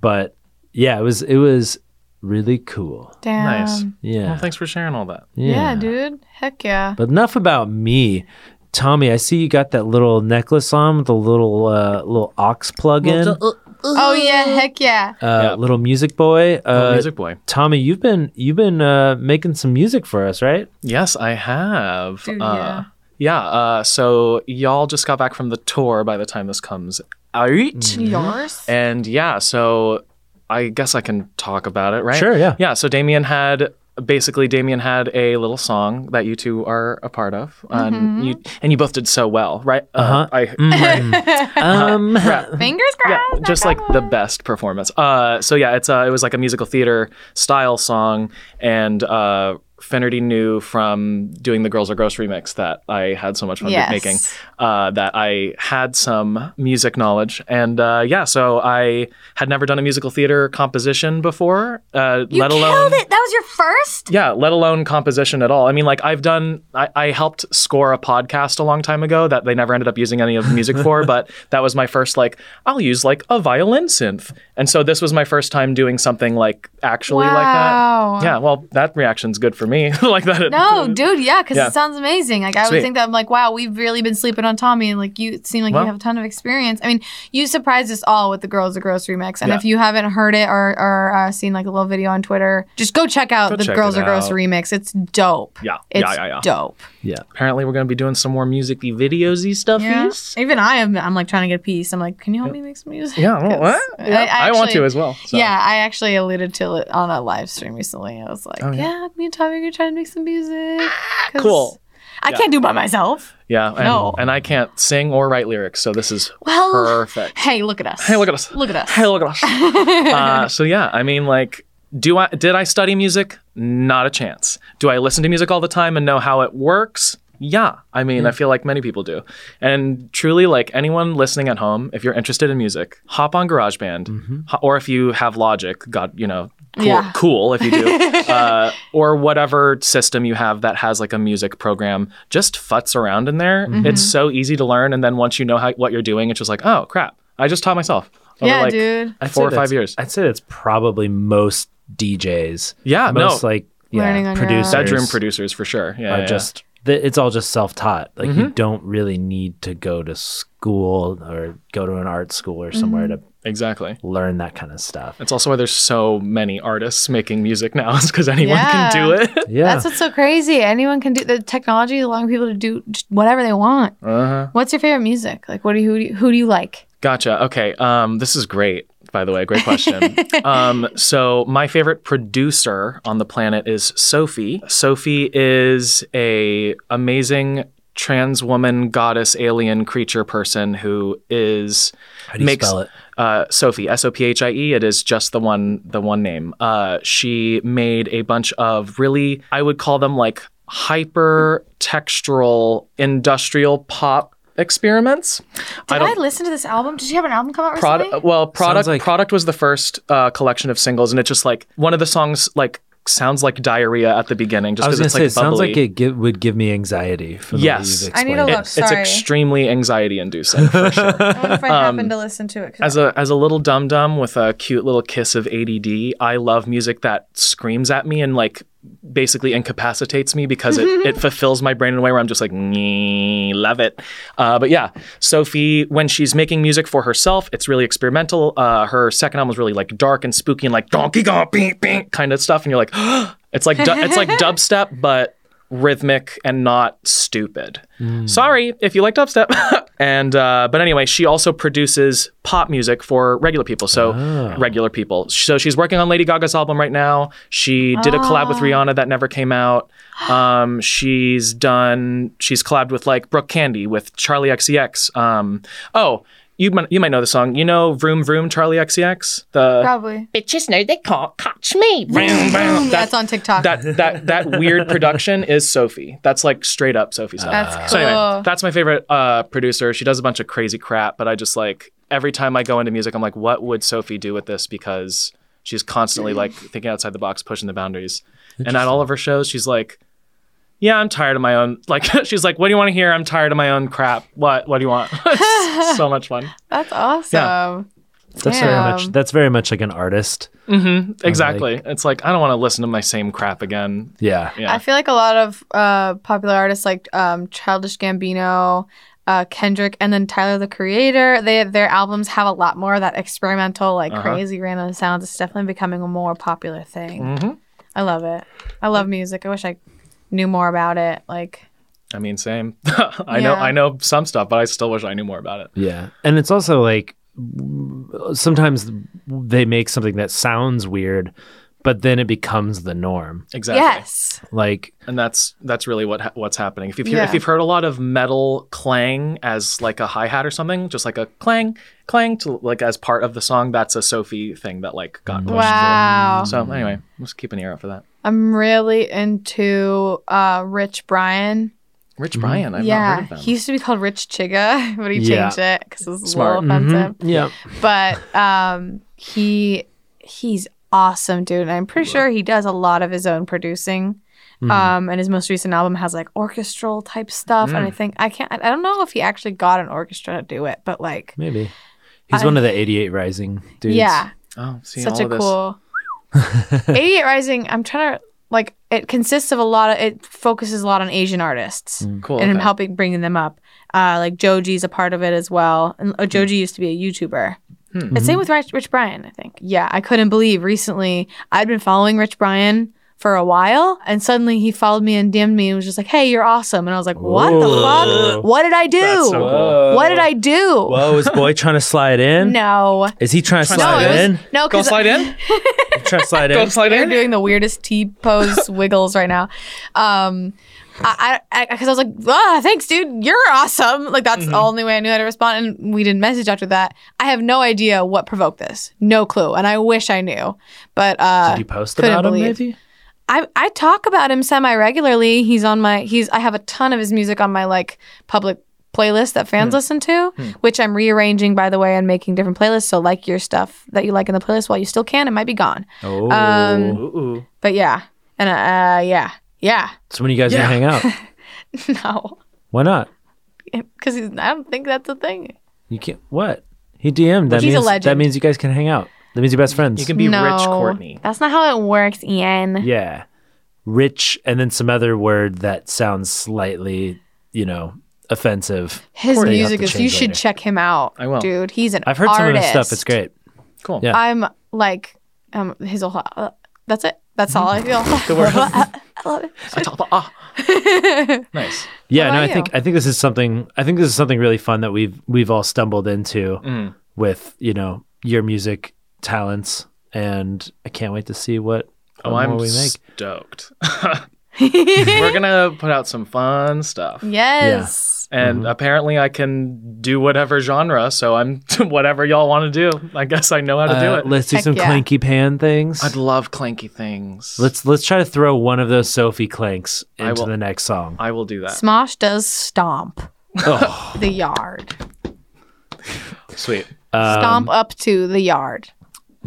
D: But yeah, it was it was really cool.
B: Damn.
C: Nice.
D: Yeah.
C: Well, thanks for sharing all that.
B: Yeah, dude. Heck yeah.
D: But enough about me. Tommy, I see you got that little necklace on with a little uh, little ox plug in,
C: uh,
B: Oh yeah. Heck yeah.
D: uh, little music boy. Uh,
C: Little music boy.
D: Tommy, you've been you've been uh, making some music for us, right?
C: Yes, I have.
B: Dude, yeah.
C: uh, yeah. Uh, so y'all just got back from the tour by the time this comes out.
D: Mm-hmm.
C: Mm-hmm.
B: Yours.
C: And yeah, so I guess I can talk about it, right?
D: Sure, yeah.
C: Yeah, so Damien had basically Damien had a little song that you two are a part of. And you and you both did so well, right? Uh-huh. I
D: Mm, Um,
B: Fingers
C: yeah,
F: Oh,
B: crossed.
C: just like the best performance. Uh, so yeah, it's uh, it was like a musical theater style song, and uh, Fenerty knew from doing the Girls Are Gross remix that I had so much fun
B: Yes.
C: making uh, that I had some music knowledge. And uh, yeah, so I had never done a musical theater composition before, uh,
F: You
C: let
F: killed
C: alone.
F: it. That was your first.
C: Yeah, let alone composition at all. I mean, like I've done, I, I helped score a podcast a long time ago that they never ended up using any of the music for, but that was my first like I'll use like a violin synth, and so this was my first time doing something like actually
B: Wow.
C: like that. Yeah, well, that reaction's good for me. like that. it-
B: No, dude, yeah, because
C: Yeah.
B: it sounds amazing. Like I
C: Sweet.
B: would think that I'm like, wow, we've really been sleeping on Tommy, and like you seem like
C: Well.
B: you have a ton of experience. I mean, you surprised us all with the Girls a Gross remix, and
C: Yeah.
B: if you haven't heard it or, or uh, seen like a little video on Twitter, just go check out
C: Go
B: the
C: check
B: Girls
C: it
B: Are Gross
C: out.
B: remix. It's dope.
C: Yeah,
B: it's
C: yeah, yeah, yeah.
B: dope.
C: Apparently, we're gonna be doing some more music-y, videosy stuffies. Yeah.
B: Even I am. I'm like trying to get a piece. I'm like, can you help me make some music?
C: well, what?
B: 'Cause
C: Yeah, I, want
B: actually-
C: to as well. so.
B: Yeah, I actually alluded to it on a live stream recently. I was like,
C: Oh,
B: yeah. me and Tommy are gonna try to make some music. 'Cause
C: Ah, Cool.
B: I can't do it by myself.
C: Yeah, and,
B: No.
C: and I can't sing or write lyrics, so this is
F: Well,
C: perfect.
B: Hey, look at us.
C: Hey, look at us.
B: Look at us.
C: Hey, look at us. uh, so yeah, I mean, like, do I did I study music? Not a chance. Do I listen to music all the time and know how it works? Yeah, I mean,
B: Hmm.
C: I feel like many people do. And truly, like anyone listening at home, if you're interested in music, hop on GarageBand, ho- or if you have Logic, God, you know, cool,
B: Mm-hmm. Yeah.
C: cool if you do, uh, or whatever system you have that has like a music program, just futz around in there.
B: Mm-hmm.
C: It's so easy to learn, and then once you know how, what you're doing, it's just like, oh crap, I just taught myself. over,
B: Yeah,
C: like,
B: dude.
D: I'd
C: four
D: say
C: or five
D: that's-
C: years.
D: I'd say that's probably most DJs.
C: Yeah, no.
D: most like yeah,
B: Learning on your own.
D: producers,
C: bedroom producers for sure. Yeah,
D: are
C: yeah,
D: just th- it's all just self taught. Like you don't really need to go to school or go to an art school or somewhere
B: Mm-hmm.
D: to
C: yeah. exactly.
D: learn that kind of stuff.
C: That's also why there's so many artists making music now, is because anyone
B: Yeah.
C: can do it.
D: Yeah,
B: That's what's so crazy. Anyone can do the technology, allowing people to do just whatever they want.
C: Uh-huh.
B: What's your favorite music? Like, what do you who do you, who do you like?
C: Gotcha. Okay. Um, this is great. By the way, great question. um, so my favorite producer on the planet is Sophie. Sophie is a amazing trans woman, goddess, alien creature person who is
D: How do you
C: makes-
D: spell it?
C: uh, Sophie S O P H I E. It is just the one the one name. Uh, she made a bunch of really I would call them like hyper textural industrial pop experiments.
B: Did I, listen to this album? Did you have an album come out recently?
C: Product. Well, product.
D: like-
C: product was the first uh, collection of singles, and it's just like one of the songs like sounds like diarrhea at the beginning, just
D: I was
C: because
D: gonna
C: it's
D: say it
C: like
D: sounds
C: bubbly.
D: like it give, would give me anxiety. From
C: Yes.
D: the way you've
B: I need to look.
D: explained it.
C: it's
B: Sorry.
C: extremely anxiety inducing. For sure.
B: I wonder if I happen to listen to it. 'cause
C: um, as a as a little dum dum with a cute little kiss of ADD, I love music that screams at me and like basically incapacitates me because it, it fulfills my brain in a way where I'm just like, "Nee, love it. Uh, but yeah, Sophie, when she's making music for herself, it's really experimental. Uh, her second album is really like dark and spooky and like donkey gong bing bing kind of stuff, and you're like, it's like du- it's like dubstep, but rhythmic and not stupid. Sorry if you like dubstep. and uh, but anyway, she also produces pop music for regular people. So regular people. So she's working on Lady Gaga's album right now. She did a collab with Rihanna that never came out. Um, she's done. She's collabed with like Brooke Candy with Charlie XCX. Um, oh. You might, you might know the song. You know Vroom Vroom Charlie XCX? The
B: probably.
A: Bitches know they can't catch me.
B: That's on TikTok.
C: that that that weird production is Sophie. That's like straight up Sophie stuff.
B: That's Ah, cool.
C: So anyway, that's my favorite uh, producer. She does a bunch of crazy crap, but I just like every time I go into music, I'm like, what would Sophie do with this? Because she's constantly like thinking outside the box, pushing the boundaries. And at all of her shows, she's like, yeah, I'm tired of my own. Like she's like, what do you want to hear? I'm tired of my own crap. What What do you want? It's so much fun.
B: That's awesome.
D: That's very much.
B: Damn.
D: That's very much like an artist.
C: Exactly. it's like I don't want to listen to my same crap again.
D: Yeah.
C: Yeah.
B: I feel like a lot of uh, popular artists like um, Childish Gambino, uh, Kendrick, and then Tyler the Creator. They their albums have a lot more of that experimental, like
C: Uh-huh.
B: crazy random sounds. It's definitely becoming a more popular thing.
C: Mm-hmm.
B: I love it. I love music. I wish I knew more about it. Like
C: I mean, same. I know
B: Yeah.
C: I know some stuff, but I still wish I knew more about it.
D: Yeah. And it's also like w- sometimes they make something that sounds weird, but then it becomes the norm.
C: Exactly.
B: Yes.
D: Like
C: and that's that's really what ha- what's happening. If you've hear,
B: Yeah.
C: if you've heard a lot of metal clang as like a hi hat or something, just like a clang clang to like as part of the song, that's a Sophie thing that like got pushed.
B: Mm-hmm. Wow.
C: So anyway, let's keep an ear out for that.
B: I'm really into uh, Rich Bryan.
C: Rich Bryan, I've not
B: yeah,
C: heard of them.
B: he used to be called Rich Chiga, but he
D: Yeah.
B: changed it because it was a
C: Smart. Mm-hmm.
B: little offensive.
D: mm-hmm. yeah,
B: But um, he he's awesome, dude. And I'm pretty sure he does a lot of his own producing.
C: Mm-hmm.
B: Um, and his most recent album has like orchestral type stuff.
C: Mm.
B: And I think I can't. I I don't know if he actually got an orchestra to do it, but like,
D: maybe he's
B: I-
D: one of the 88 Rising dudes.
B: yeah,
C: oh, see
B: such
C: all
B: a
C: of this.
B: cool 88 rising i'm trying to like it consists of a lot of it focuses a lot on asian artists
C: cool.
B: and
C: okay.
B: helping bringing them up uh, like joji's a part of it as well and
C: Hmm.
B: uh, joji used to be a youtuber and same with rich, rich brian i think yeah i couldn't believe recently i'd been following rich brian for a while and suddenly he followed me and DM'd me and was just like, Hey, you're awesome. And I was like, What the
D: Whoa.
B: fuck? What did I do?
C: That's so cool.
B: What did I do?
D: Whoa, is boy trying to slide in?
B: No.
D: Is he trying to
C: No,
D: slide
B: it was-
D: in?
B: no,
C: Go
B: because
C: slide in.
D: Trying to slide
C: Go
D: in.
C: slide
B: They're
C: in.
B: doing the weirdest T pose wiggles right now. Um, I, I, because I was like, ah, thanks, dude. You're awesome. Like that's
D: Mm-hmm.
B: the only way I knew how to respond, and we didn't message after that. I have no idea what provoked this. No clue, and I wish I knew. But uh,
D: Did you post
B: couldn't
D: about him?
B: believe.
D: Maybe.
B: I, I talk about him semi regularly. He's on my he's I have a ton of his music on my like public playlist that
D: Hmm.
B: fans listen to, which I'm rearranging by the way and making different playlists. So like your stuff that you like in the playlist while you still can, it might be gone.
D: Oh.
B: Um,
C: Ooh, ooh.
B: but yeah, and uh, yeah, yeah.
D: so when you guys
C: yeah.
D: gonna hang out?
B: No,
D: Why not?
B: because I don't think that's a thing.
D: You can't. What? He DM'd. That
B: He's a
D: means that
B: legend.
D: means you guys can hang out. That means you're best friends.
C: You can be
B: no,
C: Rich Courtney.
B: That's not how it works, Ian.
D: yeah. Rich and then some other word that sounds slightly, you know, offensive.
B: His
D: Courtney, you have
B: music
D: to
B: is. You
D: change
B: should
D: later.
B: check him out.
C: I will.
B: dude. He's an.
D: I've heard some of his stuff.
B: artist.
D: It's great.
C: Cool.
D: Yeah.
B: I'm like, um, his whole. Uh, that's it. That's all I feel. I love it.
C: I talk about- ah. nice.
D: Yeah, no,
B: about
D: I
B: you?
D: think I think this is something I think this is something really fun that we've we've all stumbled into
C: Mm.
D: with, you know, your music talents and I can't wait to see what,
C: Oh,
D: what
C: I'm
D: more we make.
C: stoked. We're gonna put out some fun stuff.
B: Yes.
D: Mm-hmm.
C: And apparently, I can do whatever genre, so I'm whatever y'all want to do. I guess I know how to
D: Uh,
C: do it.
D: let's do
B: Heck
D: some
B: yeah.
D: clanky pan things.
C: I'd love clanky things.
D: let's let's try to throw one of those Sophie clanks
C: I
D: into
C: will-
D: the next song.
C: I will do that.
B: Smosh does stomp
D: Oh,
B: the yard.
C: Sweet.
D: Um,
B: stomp up to the yard.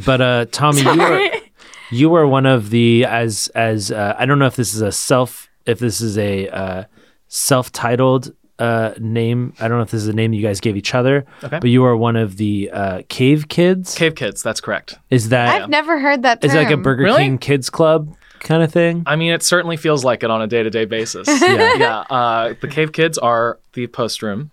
D: but uh, Tommy, you were you were one of the as as uh, I don't know if this is a self if this is a uh, self titled uh, name. I don't know if this is a name you guys gave each other.
C: Okay.
D: But you are one of the uh, Cave Kids.
C: Cave Kids, that's correct.
D: is that
B: I've never heard that. Term.
D: is that like a Burger
C: Really?
D: King Kids Club kind of thing?
C: I mean, it certainly feels like it on a day to day basis. yeah. yeah. Uh, the Cave Kids are the post room.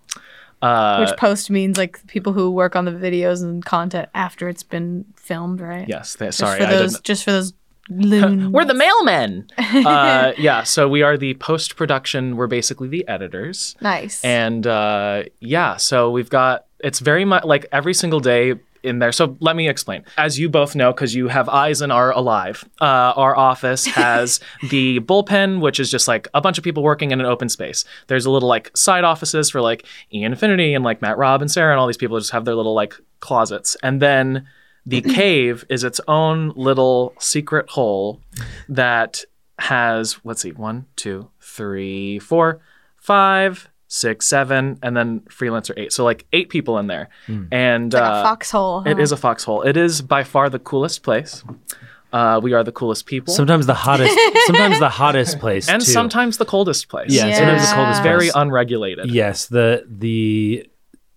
C: Uh,
B: Which post means like people who work on the videos and content after it's been filmed, right?
C: yes. They,
B: Just
C: sorry.
B: for
C: I
B: those,
C: didn't.
B: just for those loons.
C: We're the mailmen. uh, yeah. So we are the post production. We're basically the editors.
B: nice.
C: And uh, yeah, so we've got it's very much like every single day in there. So let me explain. As you both know, because you have eyes and are alive, uh, our office has the bullpen, which is just like a bunch of people working in an open space. There's a little like side offices for like E Infinity and like Matt Robb and Sarah and all these people just have their little like closets. And then the cave is its own little secret hole that has let's see one two three four five six seven and then freelancer eight so like eight people in there
D: Hmm.
C: and
B: like
C: uh,
B: a foxhole.
C: it
B: huh?
C: is a foxhole it is by far the coolest place uh, we are the coolest people
D: Sometimes the hottest, sometimes the hottest place,
C: and
D: too.
C: sometimes the coldest place
D: yeah, sometimes the
B: Yeah.
D: coldest
C: it's
D: place.
C: very unregulated
D: Yes, the the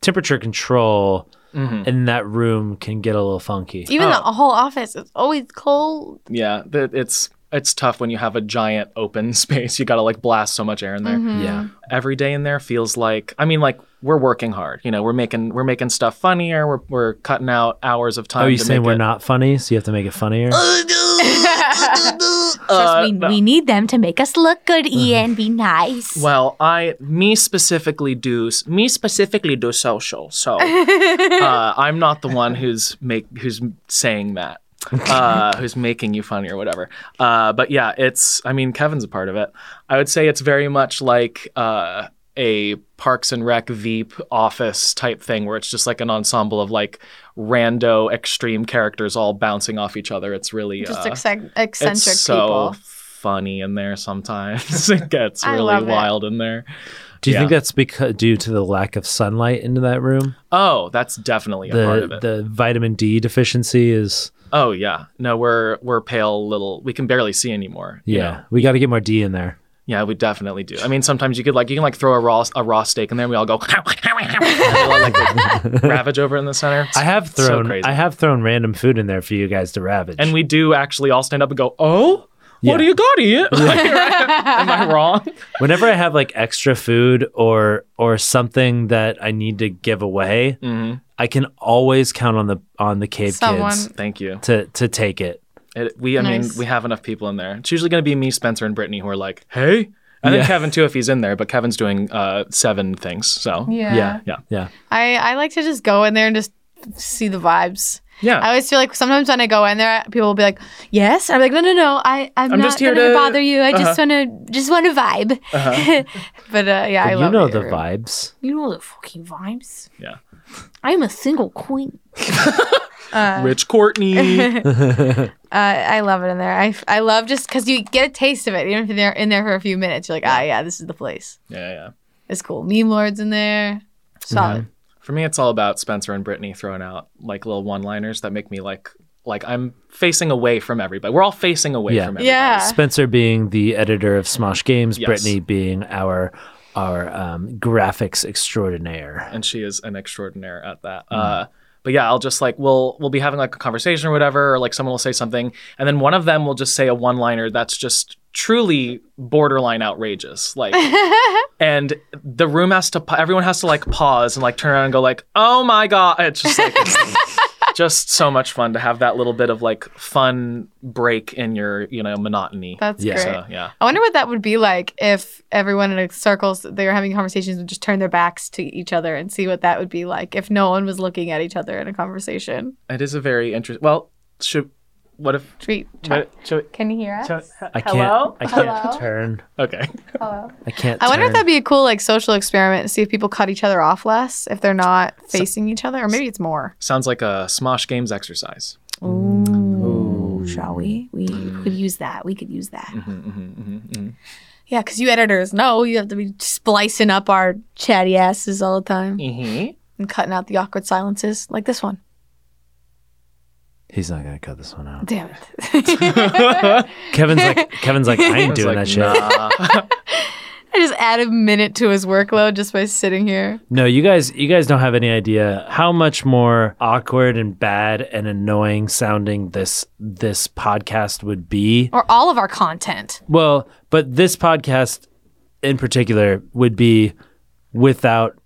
D: temperature control
C: Mm-hmm.
D: in that room can get a little funky.
B: Even the whole office is always cold.
C: yeah th- it's it's tough when you have a giant open space you gotta like blast so much air in there
B: Mm-hmm.
D: Yeah.
C: every day in there feels like I mean like we're working hard. You know, we're making we're making stuff funnier. We're we're cutting out hours of time.
D: Oh, you
C: to
D: saying
C: make
D: we're
C: it-
D: not funny, so you have to make it funnier?
A: Uh,
F: Trust me, we need them to make us look good, Ian. Be nice.
C: Well, I me specifically do s- me specifically do social. So uh, I'm not the one who's make who's saying that. uh, who's making you funny or whatever. Uh, but yeah, it's, I mean, Kevin's a part of it. I would say it's very much like uh, a Parks and Rec Veep office type thing where it's just like an ensemble of like rando extreme characters all bouncing off each other. It's really
B: Just
C: uh,
B: exce- eccentric
C: it's so
B: people.
C: funny in there sometimes. it gets
B: I
C: really
B: love it.
C: wild in there.
D: Do you
C: Yeah.
D: think that's because due to the lack of sunlight into that room?
C: Oh, that's definitely a part of
D: The
C: it.
D: the vitamin D deficiency is
C: oh yeah, no, we're we're pale little. We can barely see anymore. you
D: yeah.
C: know?
D: We got to get more D in there.
C: yeah, we definitely do. I mean, sometimes you could like you can like throw a raw a raw steak in there, and we all go and they all, like, ravage over in the center.
D: I have
C: so
D: thrown
C: crazy.
D: I have thrown random food in there for you guys to ravage.
C: and we do actually all stand up and go, oh.
D: Yeah.
C: What do you got here? Like, am I wrong?
D: whenever I have like extra food or or something that I need to give away,
C: Mhm.
D: I can always count on the on the cave
B: Someone-
D: kids
C: Thank you.
D: to to take it.
C: It, we, I
B: Nice.
C: mean, we have enough people in there. It's usually going to be me, Spencer, and Brittany who are like, "Hey," and then
D: Yeah.
C: Kevin too if he's in there. But Kevin's doing uh, seven things, so
B: Yeah.
D: Yeah.
C: yeah,
D: Yeah.
B: I, I like to just go in there and just see the vibes.
C: yeah.
B: I always feel like sometimes when I go in there, people will be like, "Yes," I'm like, "No, no, no, I, I'm,
C: I'm
B: not
C: just here
B: gonna
C: to- Uh-huh.
B: bother you. I just
F: Just wanna, just wanna vibe.
B: But uh, yeah, I
D: you
B: love
D: know
B: it.
D: the vibes.
F: You know the fucking vibes.
C: Yeah.
F: I'm a single queen.
C: Rich Courtney.
B: Uh, I love it in there. I, f- I love just because you get a taste of it, even if they're in there for a few minutes. You're like, ah, yeah, this is the place.
C: Yeah, yeah.
B: It's cool. Meme lords in there, solid.
C: For me, it's all about Spencer and Brittany throwing out like little one-liners that make me like, like I'm facing away from everybody. We're all facing away
D: Yeah.
C: from everybody.
B: Yeah,
D: Spencer being the editor of Smosh Games,
C: Yes.
D: Brittany being our our um, graphics extraordinaire.
C: and she is an extraordinaire at that.
B: Hmm.
C: Uh, but yeah, I'll just like we'll we'll be having like a conversation or whatever, or like someone will say something, and then one of them will just say a one-liner that's just truly borderline outrageous. Like, and the room has to pa- everyone has to like pause and like turn around and go like, oh my god! It's just like. Just so much fun to have that little bit of like fun break in your, you know, monotony.
B: that's
D: Yeah.
B: great.
C: so, yeah.
B: I wonder what that would be like if everyone in a circles they were having conversations would just turn their backs to each other and see what that would be like if no one was looking at each other in a conversation.
C: It is a very interesting. Well, should what if?
B: Tweet.
C: What, should,
B: Can you hear us?
C: should,
D: I can't I can't turn.
C: okay.
D: I can't
B: I wonder if
D: turn.
B: that'd be a cool like social experiment to see if people cut each other off less if they're not facing each other, or maybe it's more.
C: Sounds like a Smosh Games exercise.
F: Ooh, shall we? We
A: Mm.
F: could use that. We could use that.
B: Yeah, because you editors know you have to be splicing up our chatty asses all the time
C: Mm-hmm.
B: and cutting out the awkward silences like this one.
D: He's not gonna cut this one out.
B: Damn it!
D: Kevin's like Kevin's like Mm-hmm. I ain't
C: It's
D: doing
C: like,
D: that shit.
C: nah.
B: I just add a minute to his workload just by sitting here.
D: No, you guys, you guys don't have any idea how much more awkward and bad and annoying sounding this this podcast would be.
B: or all of our content.
D: Well, but this podcast in particular would be without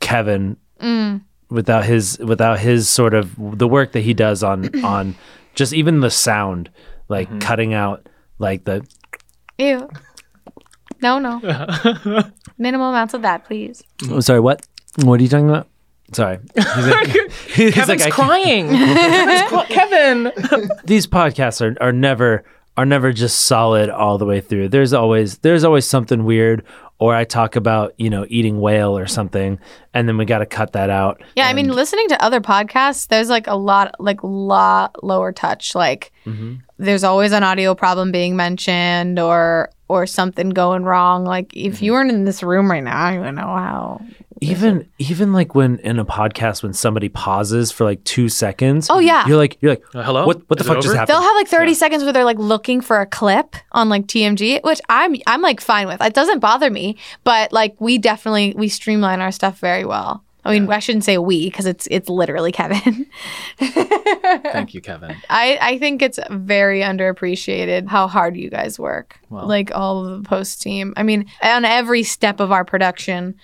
D: Kevin,
C: Mm.
D: without his without his sort of the work that he does on on just even the sound, like cutting out like the
B: Ew. No, no. Minimal amounts of that, please.
D: oh, sorry what what are you talking about? Sorry, he's like, he's
C: Kevin's
D: like, I can't-
C: crying. He's cry- Kevin.
D: these podcasts are, are never are never just solid all the way through. There's always there's always something weird or I talk about, you know, eating whale or something and then we got to cut that out.
B: Yeah, I mean, listening to other podcasts, there's like a lot, like lot lower touch. Like, there's always an audio problem being mentioned, or or something going wrong. Like, if you weren't in this room right now, I don't know how.
D: Even even like when in a podcast when somebody pauses for like 2 seconds.
B: Oh, yeah.
D: You're like you're like
C: Uh, hello?
D: What what the
C: Is it
D: fuck just
C: over?
D: happened?
B: They'll have like 30 seconds where they're like looking for a clip on like TMG, which I'm I'm like fine with. It doesn't bother me, but like we definitely we streamline our stuff very well. I mean, I shouldn't say we because it's it's literally Kevin.
C: Thank you, Kevin.
B: I I think it's very underappreciated how hard you guys work.
C: Wow.
B: Like all of the post team. I mean, on every step of our production,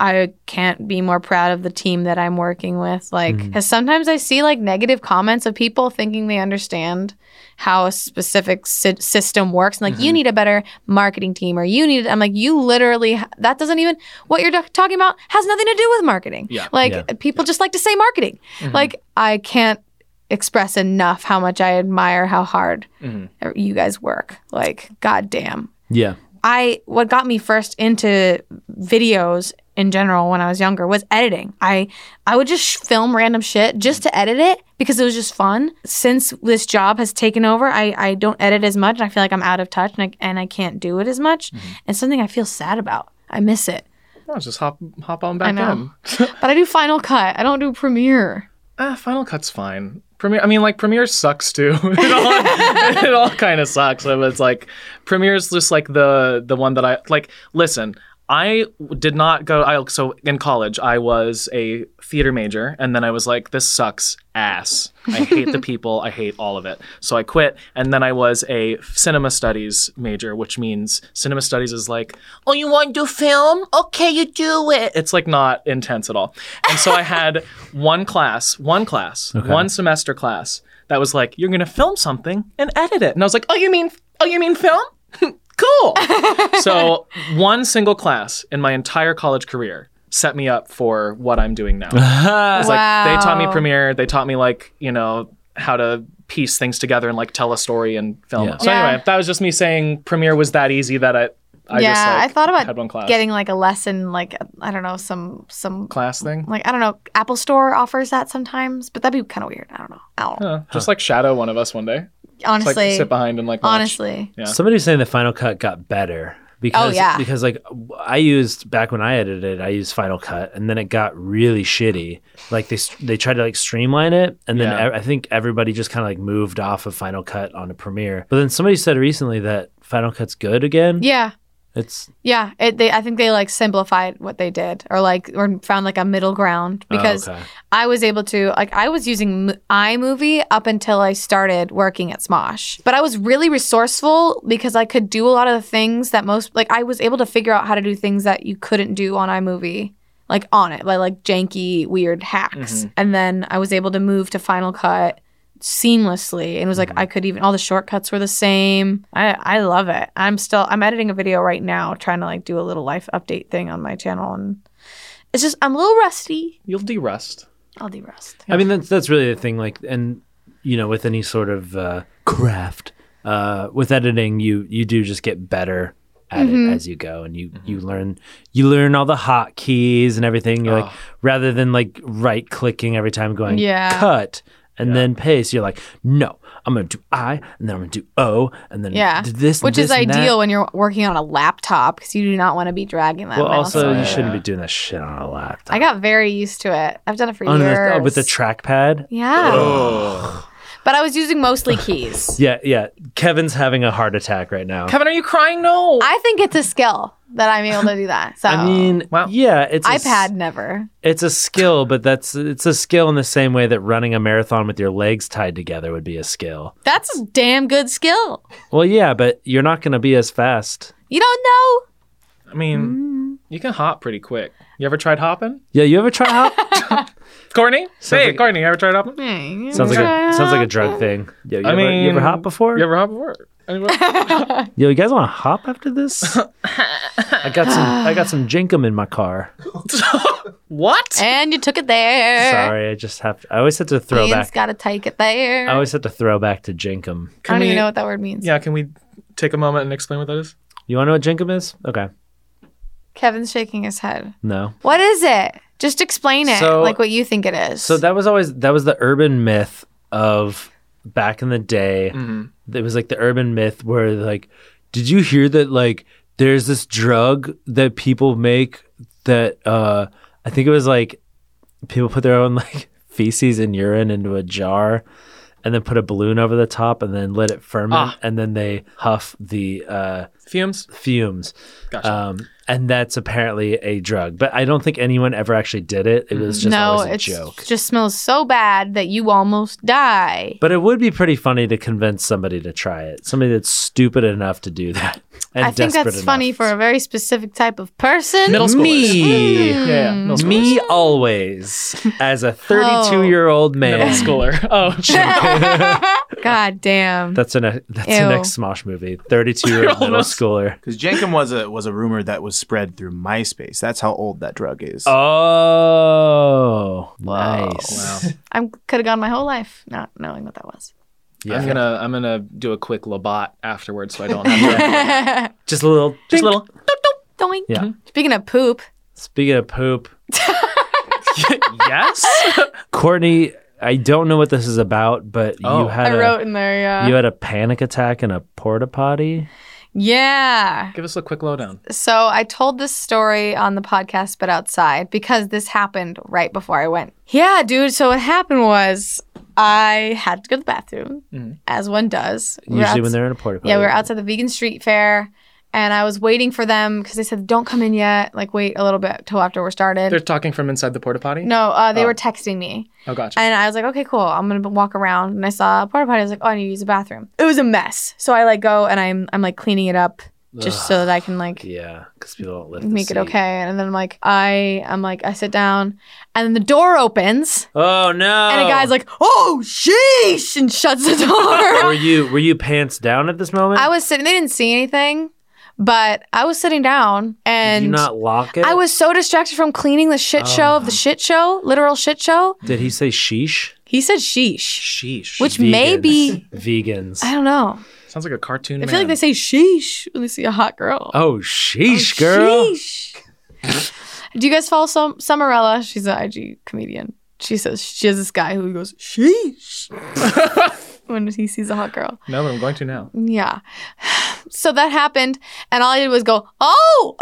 B: I can't be more proud of the team that I'm working with. Like,
C: Mm-hmm.
B: because sometimes I see like negative comments of people thinking they understand how a specific sy- system works. And like,
C: Mm-hmm.
B: you need a better marketing team, or you need. I'm like, you literally. ha- That doesn't even what you're do- talking about has nothing to do with marketing.
C: Yeah.
B: Like
D: Yeah.
B: people just like to say marketing. Like Mm-hmm. I can't express enough how much I admire how hard
C: Mhm.
B: you guys work. Like, goddamn.
D: Yeah.
B: I what got me first into videos in general when I was younger was editing. I I would just sh- film random shit just to edit it because it was just fun. Since this job has taken over, I, I don't edit as much and I feel like I'm out of touch and I, and I can't do it as much. It's something I feel sad about. I miss it.
C: Oh, just hop hop on back in.
B: know. But I do Final Cut. I don't do Premiere.
C: Ah, Final Cut's fine. Premiere, I mean, like Premiere sucks too. it all, it all kind of sucks. But it's like Premiere's just like the the one that I like. Listen, I did not go. I so in college I was a theater major, and then I was like, this sucks ass. I hate the people. I hate all of it. So I quit, and then I was a cinema studies major, which means cinema studies is like, oh, you want to do film? Okay, you do it. It's like not intense at all. And so I had one class, one class, one semester class that was like, you're gonna film something and edit it. And I was like, oh, you mean, oh, you mean film? cool. so one single class in my entire college career set me up for what I'm doing now. It's like they taught me
B: Wow.
C: Premiere. They taught me like you know how to piece things together and like tell a story and film.
D: Yeah.
C: it. So
B: Yeah.
C: anyway, that was just me saying Premiere was that easy that I, I
B: yeah,
C: just like,
B: I thought
C: had one class
B: about getting like a lesson, like I don't know, some some
C: class thing.
B: like I don't know. Apple Store offers that sometimes, but that'd be kind of weird. I don't know. I don't know.
C: Huh. Just like shadow one of us one day. Just,
B: Honestly,
C: like sit behind and like watch.
B: honestly,
C: Yeah.
D: Somebody was saying the Final Cut got better
B: Oh,
D: because
B: yeah.
D: because like I used back when I edited, I used Final Cut, and then it got really shitty. Like they s- they tried to like streamline it, and then
C: Yeah.
D: e- I think everybody just kind of like moved off of Final Cut onto Premiere. But then somebody said recently that Final Cut's good again.
B: yeah.
D: It's
B: Yeah, it, they. I think they like simplified what they did, or like, or found like a middle ground
D: oh,
B: because
D: okay.
B: I was able to like I was using M- iMovie up until I started working at Smosh. But I was really resourceful because I could do a lot of the things that most like I was able to figure out how to do things that you couldn't do on iMovie. Like on it, like like janky, weird hacks. And then I was able to move to Final Cut seamlessly and it was like I could even all the shortcuts were the same. Mm-hmm. I I love it. I'm still I'm editing a video right now trying to like do a little life update thing on my channel and it's just I'm a little rusty.
C: You'll de-rust.
B: I'll de-rust.
D: I mean, that's that's really the thing. Like, and you know, with any sort of uh, craft, uh, with editing, you you do just get better at
B: Mm-hmm.
D: it as you go, and you you learn you learn all the hotkeys and everything. You're like, rather than like right clicking every time, going
B: Yeah.
D: cut and then paste. You're like, no, I'm gonna do I, and then I'm gonna do O, and then
B: Yeah,
D: d- this, and
B: which is
D: this and that.
B: ideal when you're working on a laptop because you do not want to be dragging that.
D: Well,
B: mouse
D: also you
B: around.
D: shouldn't be doing that shit on a laptop.
B: I got very used to it. I've done it for
D: on
B: years.
D: the, oh, with the trackpad.
B: yeah, but I was using mostly keys.
D: Yeah, yeah. Kevin's having a heart attack right now.
C: Kevin, are you crying? No.
B: I think it's a skill that I'm able to do that. So
D: I mean,
C: Wow.
D: yeah, it's a s-
B: iPad never.
D: it's a skill, but that's it's a skill in the same way that running a marathon with your legs tied together would be a skill.
B: That's a damn good skill.
D: Well, yeah, but you're not going to be as fast.
B: You don't
C: I
B: Mm.
C: mean, you can hop pretty quick. You ever tried hopping?
D: Yeah, you ever try hop?
C: Courtney? hey,
D: like-
C: Courtney, you ever tried hopping?
B: know. Hmm.
D: sounds like a sounds like a drug thing. Yeah, you,
C: I
D: ever, you ever
C: mean,
D: hop before?
C: You ever hop before? Anybody?
D: Yo, you guys want to hop after this? I got some I got some jinkum in my car.
C: what?
B: And you took it there.
D: Sorry, I just have to, I always have to throw
B: Ian's
D: back.
B: got to take it there.
D: I always have to throw back to jinkum.
B: I don't
C: we-
B: even know what that word means.
C: Yeah, can we take a moment and explain what that is?
D: You want to know what jinkum is? Okay.
B: Kevin's shaking his head.
D: No.
B: What is it? Just explain it,
D: So-
B: like what you think it is.
D: So that was always that was the urban myth of back in the day.
C: Mm-hmm.
D: It was like the urban myth where like, did you hear that like there's this drug that people make that uh I think it was like people put their own like feces and urine into a jar and then put a balloon over the top and then let it ferment
C: Ah.
D: and then they huff the uh
C: Fumes?
D: fumes.
C: Gotcha.
D: Um and that's apparently a drug, but I don't think anyone ever actually did it. It was just
B: no,
D: always a
B: it
D: joke.
B: just smells so bad that you almost die.
D: But it would be pretty funny to convince somebody to try it. Somebody that's stupid enough to do that. And
B: I think
D: desperate
B: that's funny
D: enough.
B: for a very specific type of person.
C: Middle schoolers.
D: me.
C: Yeah, yeah, middle
B: Mm.
C: schoolers.
D: Me
B: Oh.
D: always as a 32 year old
C: Middle
D: man.
C: schooler. Oh,
B: God damn.
D: That's the next. That's the
B: Ew.
D: next Smosh movie. Thirty-two year old middle
C: Almost.
D: schooler.
E: Because Jenkum was a was a rumor that was spread through MySpace. That's how old that drug
C: Oh.
E: is.
D: Oh, nice.
B: I could have gone my whole life not knowing what that was.
D: Yeah.
C: I'm gonna I'm gonna do a quick labat afterwards, so I don't have to.
D: Just a little.
C: Just a little.
B: Doink.
D: Yeah.
B: Speaking of poop,
D: Speaking of poop,
C: yes.
D: Courtney, I don't know what this is about, but
C: Oh.
D: you had
B: I
D: a
B: wrote uh, in there, yeah.
D: you had a panic attack in a porta potty.
B: yeah.
C: Give us a quick lowdown.
B: So I told this story on the podcast, but outside because this happened right before I went. Yeah, dude. So what happened was I had to go to the bathroom,
C: Mhm.
B: as one does. We were
D: Mm-hmm. Usually
B: outs-
D: when they're in a porta potty.
B: Yeah, we were outside the vegan street fair. And I was waiting for them because they said, don't come in yet. Like, wait a little bit till after we're started.
C: They're talking from inside the porta potty.
B: no, uh, they
C: Oh.
B: were texting me.
C: Oh, gotcha.
B: And I was like, okay, cool. I'm gonna walk around. And I saw a porta potty. I was like, oh, I need to use the bathroom. It was a mess. So I like go and I'm I'm like cleaning it up just so that I can like
D: Yeah, because people don't lift. the
B: make it
D: seat.
B: okay. And then I'm like, I I'm like I sit down, and then the door opens,
D: Oh no!
B: and a guy's like, oh sheesh, and shuts the door.
D: were you were you pants down at this moment?
B: I was sitting. They didn't see anything, but I was sitting down,
D: Did
B: and
D: you not lock it? Oh.
B: I was so distracted from cleaning the shit show of the shit show, literal shit show.
D: Did he say sheesh?
B: He said sheesh,
C: Sheesh.
B: which
D: Vegans.
B: may be
D: vegans.
B: I don't know.
C: sounds like a cartoon.
B: I feel like they say sheesh when they see a hot girl.
D: Oh sheesh, girl.
B: Sheesh. Do you guys follow Sum- Summerella? She's an IG comedian. She says she has this guy who goes sheesh when he sees a hot girl.
C: No, but I'm going to now.
B: Yeah. So that happened, and all I did was go, oh,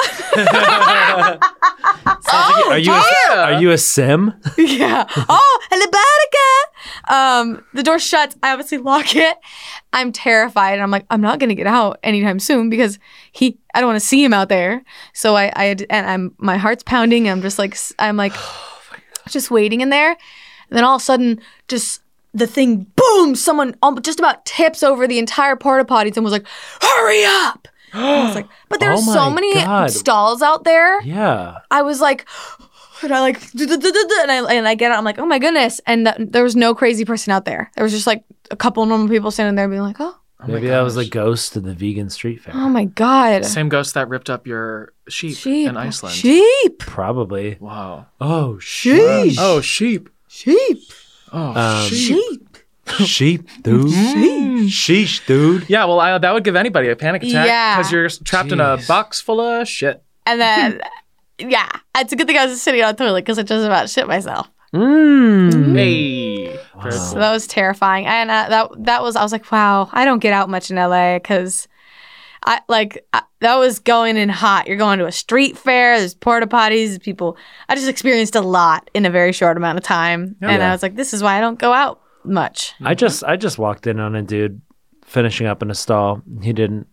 D: Are you a, are you a sim?
B: yeah, oh, hello, Batica. Um, the door shuts. I obviously lock it. I'm terrified, and I'm like, I'm not gonna get out anytime soon because he, I don't want to see him out there. So I, I, had- and I'm, my heart's pounding. I'm just like, s- I'm like,
D: Oh
B: just waiting in there. And then all of a sudden, just the thing, boom! Someone um, just about tips over the entire porta potty. Someone was like, "Hurry up!" And I was like, "But there
D: Oh
B: are so
D: my
B: many
D: God.
B: stalls out there."
D: Yeah.
B: I was like, and I like, duh, duh, duh, duh, duh, and I and I get out. I'm like, "Oh my goodness!" And th- there was no crazy person out there. There was just like a couple normal people standing there, being like, "Oh,
D: Maybe that was a ghost in the vegan street fair.
B: oh my god,
C: Same ghost that ripped up your sheep, in Iceland.
B: sheep,
D: Probably.
C: Wow.
D: Oh sheesh.
C: Oh, sheep.
B: sheep,
C: Oh,
D: Um,
C: sheep.
B: sheep."
D: Sheep, dude. Sheesh, dude.
C: Yeah, well, I, that would give anybody a panic attack
B: Yeah.
C: because you're s- trapped in a
D: Jeez.
C: box full of shit.
B: And then, yeah, it's a good thing I was sitting on the toilet because I just about shit myself.
D: Mm.
C: Hey. Very
D: Wow.
B: So that was terrifying, and uh, that that was I was like, wow, I don't get out much in LA because. I like I, that was going in hot. You're going to a street fair. There's porta potties. there's People. I just experienced a lot in a very short amount of time, and
D: Oh, Yeah.
B: I was like, "This is why I don't go out much."
D: I just I just walked in on a dude finishing up in a stall. He didn't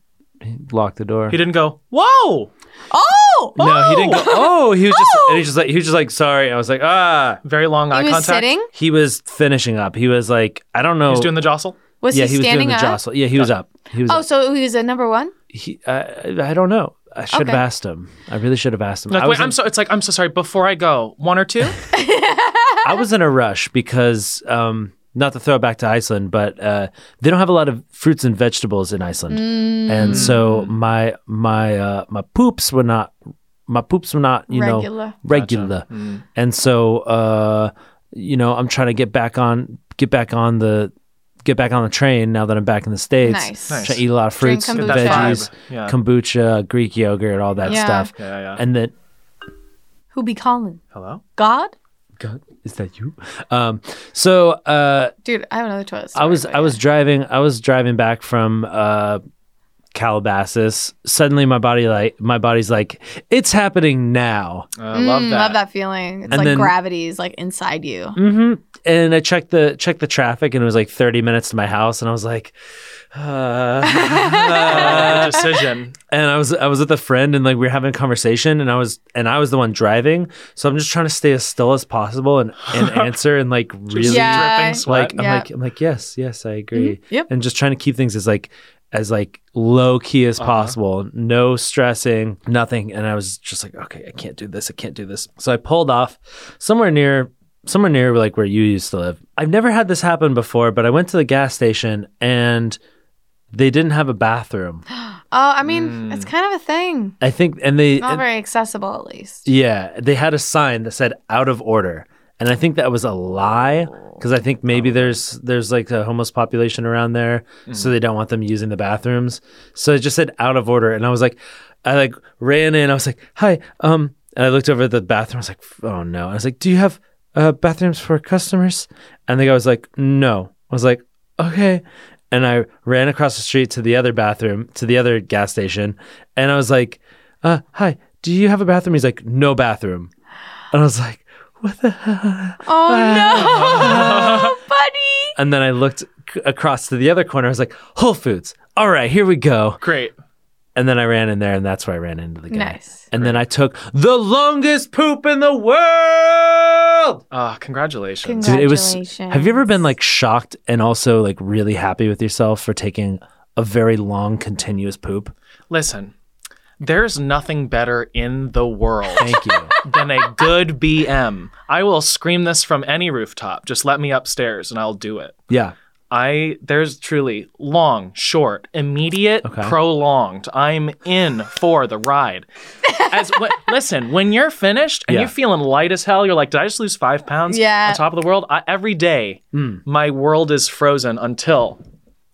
D: he locked the door.
C: He didn't go, whoa.
B: Oh,
D: no, he didn't go. Oh, he was just and he was just like he was just like sorry. I was like, ah.
C: Very long eye
B: he was
C: contact.
B: sitting.
D: He was finishing up. He was like, I don't know.
C: He's doing the jostle.
B: Was
D: yeah,
B: he,
D: he was doing
B: standing
D: the
B: up?
D: jostle. Yeah, he was up. He was
B: Oh,
D: up.
B: so he was at number one.
D: He, I I don't know. I should
B: Okay.
D: have asked him. I really should have asked him.
C: Like,
D: I was
C: wait,
D: in-
C: I'm so, it's like, I'm so sorry. Before I go, one or two?
D: I was in a rush because um, not to throw it back to Iceland, but uh, they don't have a lot of fruits and vegetables in Iceland,
B: Mm.
D: and so my my uh, my poops were not my poops were not you
B: Regular.
D: know regular,
B: Mm.
D: and so uh, you know I'm trying to get back on get back on the get back on the train now that I'm back in the states.
B: Nice. Nice.
D: Trying to eat a lot of
B: Drink
D: fruits, and
B: kombucha. Get that
D: veggies,
C: vibe. Yeah.
D: kombucha, Greek yogurt, all that
B: Yeah.
D: stuff,
C: Yeah, yeah.
D: and then
B: Who be calling?
C: Hello?
B: God,
D: God, is that you? Um, so. Uh,
B: dude. I have another toilet.
D: I
B: story,
D: was
B: but
D: I was driving I was driving back from uh Calabasas. Suddenly my body like my body's like it's happening now.
C: I Uh, love
B: Mm,
C: that.
B: Love that feeling. It's
D: And
B: like
D: then-
B: gravity is like inside you.
D: Mhm. And I checked the checked the traffic and it was like 30 minutes to my house and I was like uh,
C: Uh, decision.
D: and I was I was with a friend and like we were having a conversation and I was and I was the one driving so I'm just trying to stay as still as possible and, and answer and like really
B: Yeah.
C: Dripping
D: like um,
C: sweat.
D: I'm
B: Yeah. Mm-hmm.
D: like I'm like yes yes I agree
B: Yep.
D: and just trying to keep things as like as like low key as possible no stressing nothing and I was just like okay I can't do this I can't do this so I pulled off somewhere near somewhere near like where you used to live. I've never had this happen before, but I went to the gas station and they didn't have a bathroom.
B: Oh, I mean, it's kind of a thing.
D: I think, and they
B: Not
D: and-
B: very accessible, at least.
D: Yeah, they had a sign that said "out of order," and I think that was a lie because I think maybe there's there's like a homeless population around there, so they don't want them using the bathrooms. So it just said "out of order," and I was like, I like ran in. I was like, "Hi," um, and I looked over at the bathroom. I was like, "Oh no!" And I was like, "Do you have uh, bathrooms for customers?" And the guy was like, "No." I was like, "Okay." And I ran across the street to the other bathroom, to the other gas station, and I was like, uh, hi, do you have a bathroom? He's like, no bathroom. And I was like, what the hell?
B: Oh, no, buddy.
D: And then I looked c- across to the other corner. I was like, Whole Foods. All right, here we go.
C: Great.
D: And then I ran in there, and that's where I ran into the guy.
B: Nice.
D: And then I took the longest poop in the world.
C: Ah, congratulations.
B: Congra-
D: Dude, it was.
F: Congratulations.
D: Have you ever been like shocked and also like really happy with yourself for taking a very long continuous poop?
C: Listen, there's nothing better in the world
D: Thank you.
C: than a good BM. I will scream this from any rooftop. Just let me upstairs and I'll do it.
D: yeah.
C: I there's truly long, short, immediate,
D: Okay.
C: prolonged. I'm in for the ride. As when, listen, when you're finished and
D: Yeah.
C: you're feeling light as hell, you're like, did I just lose five pounds?
B: Yeah.
C: On top of the world, I, every day
D: Hmm.
C: my world is frozen until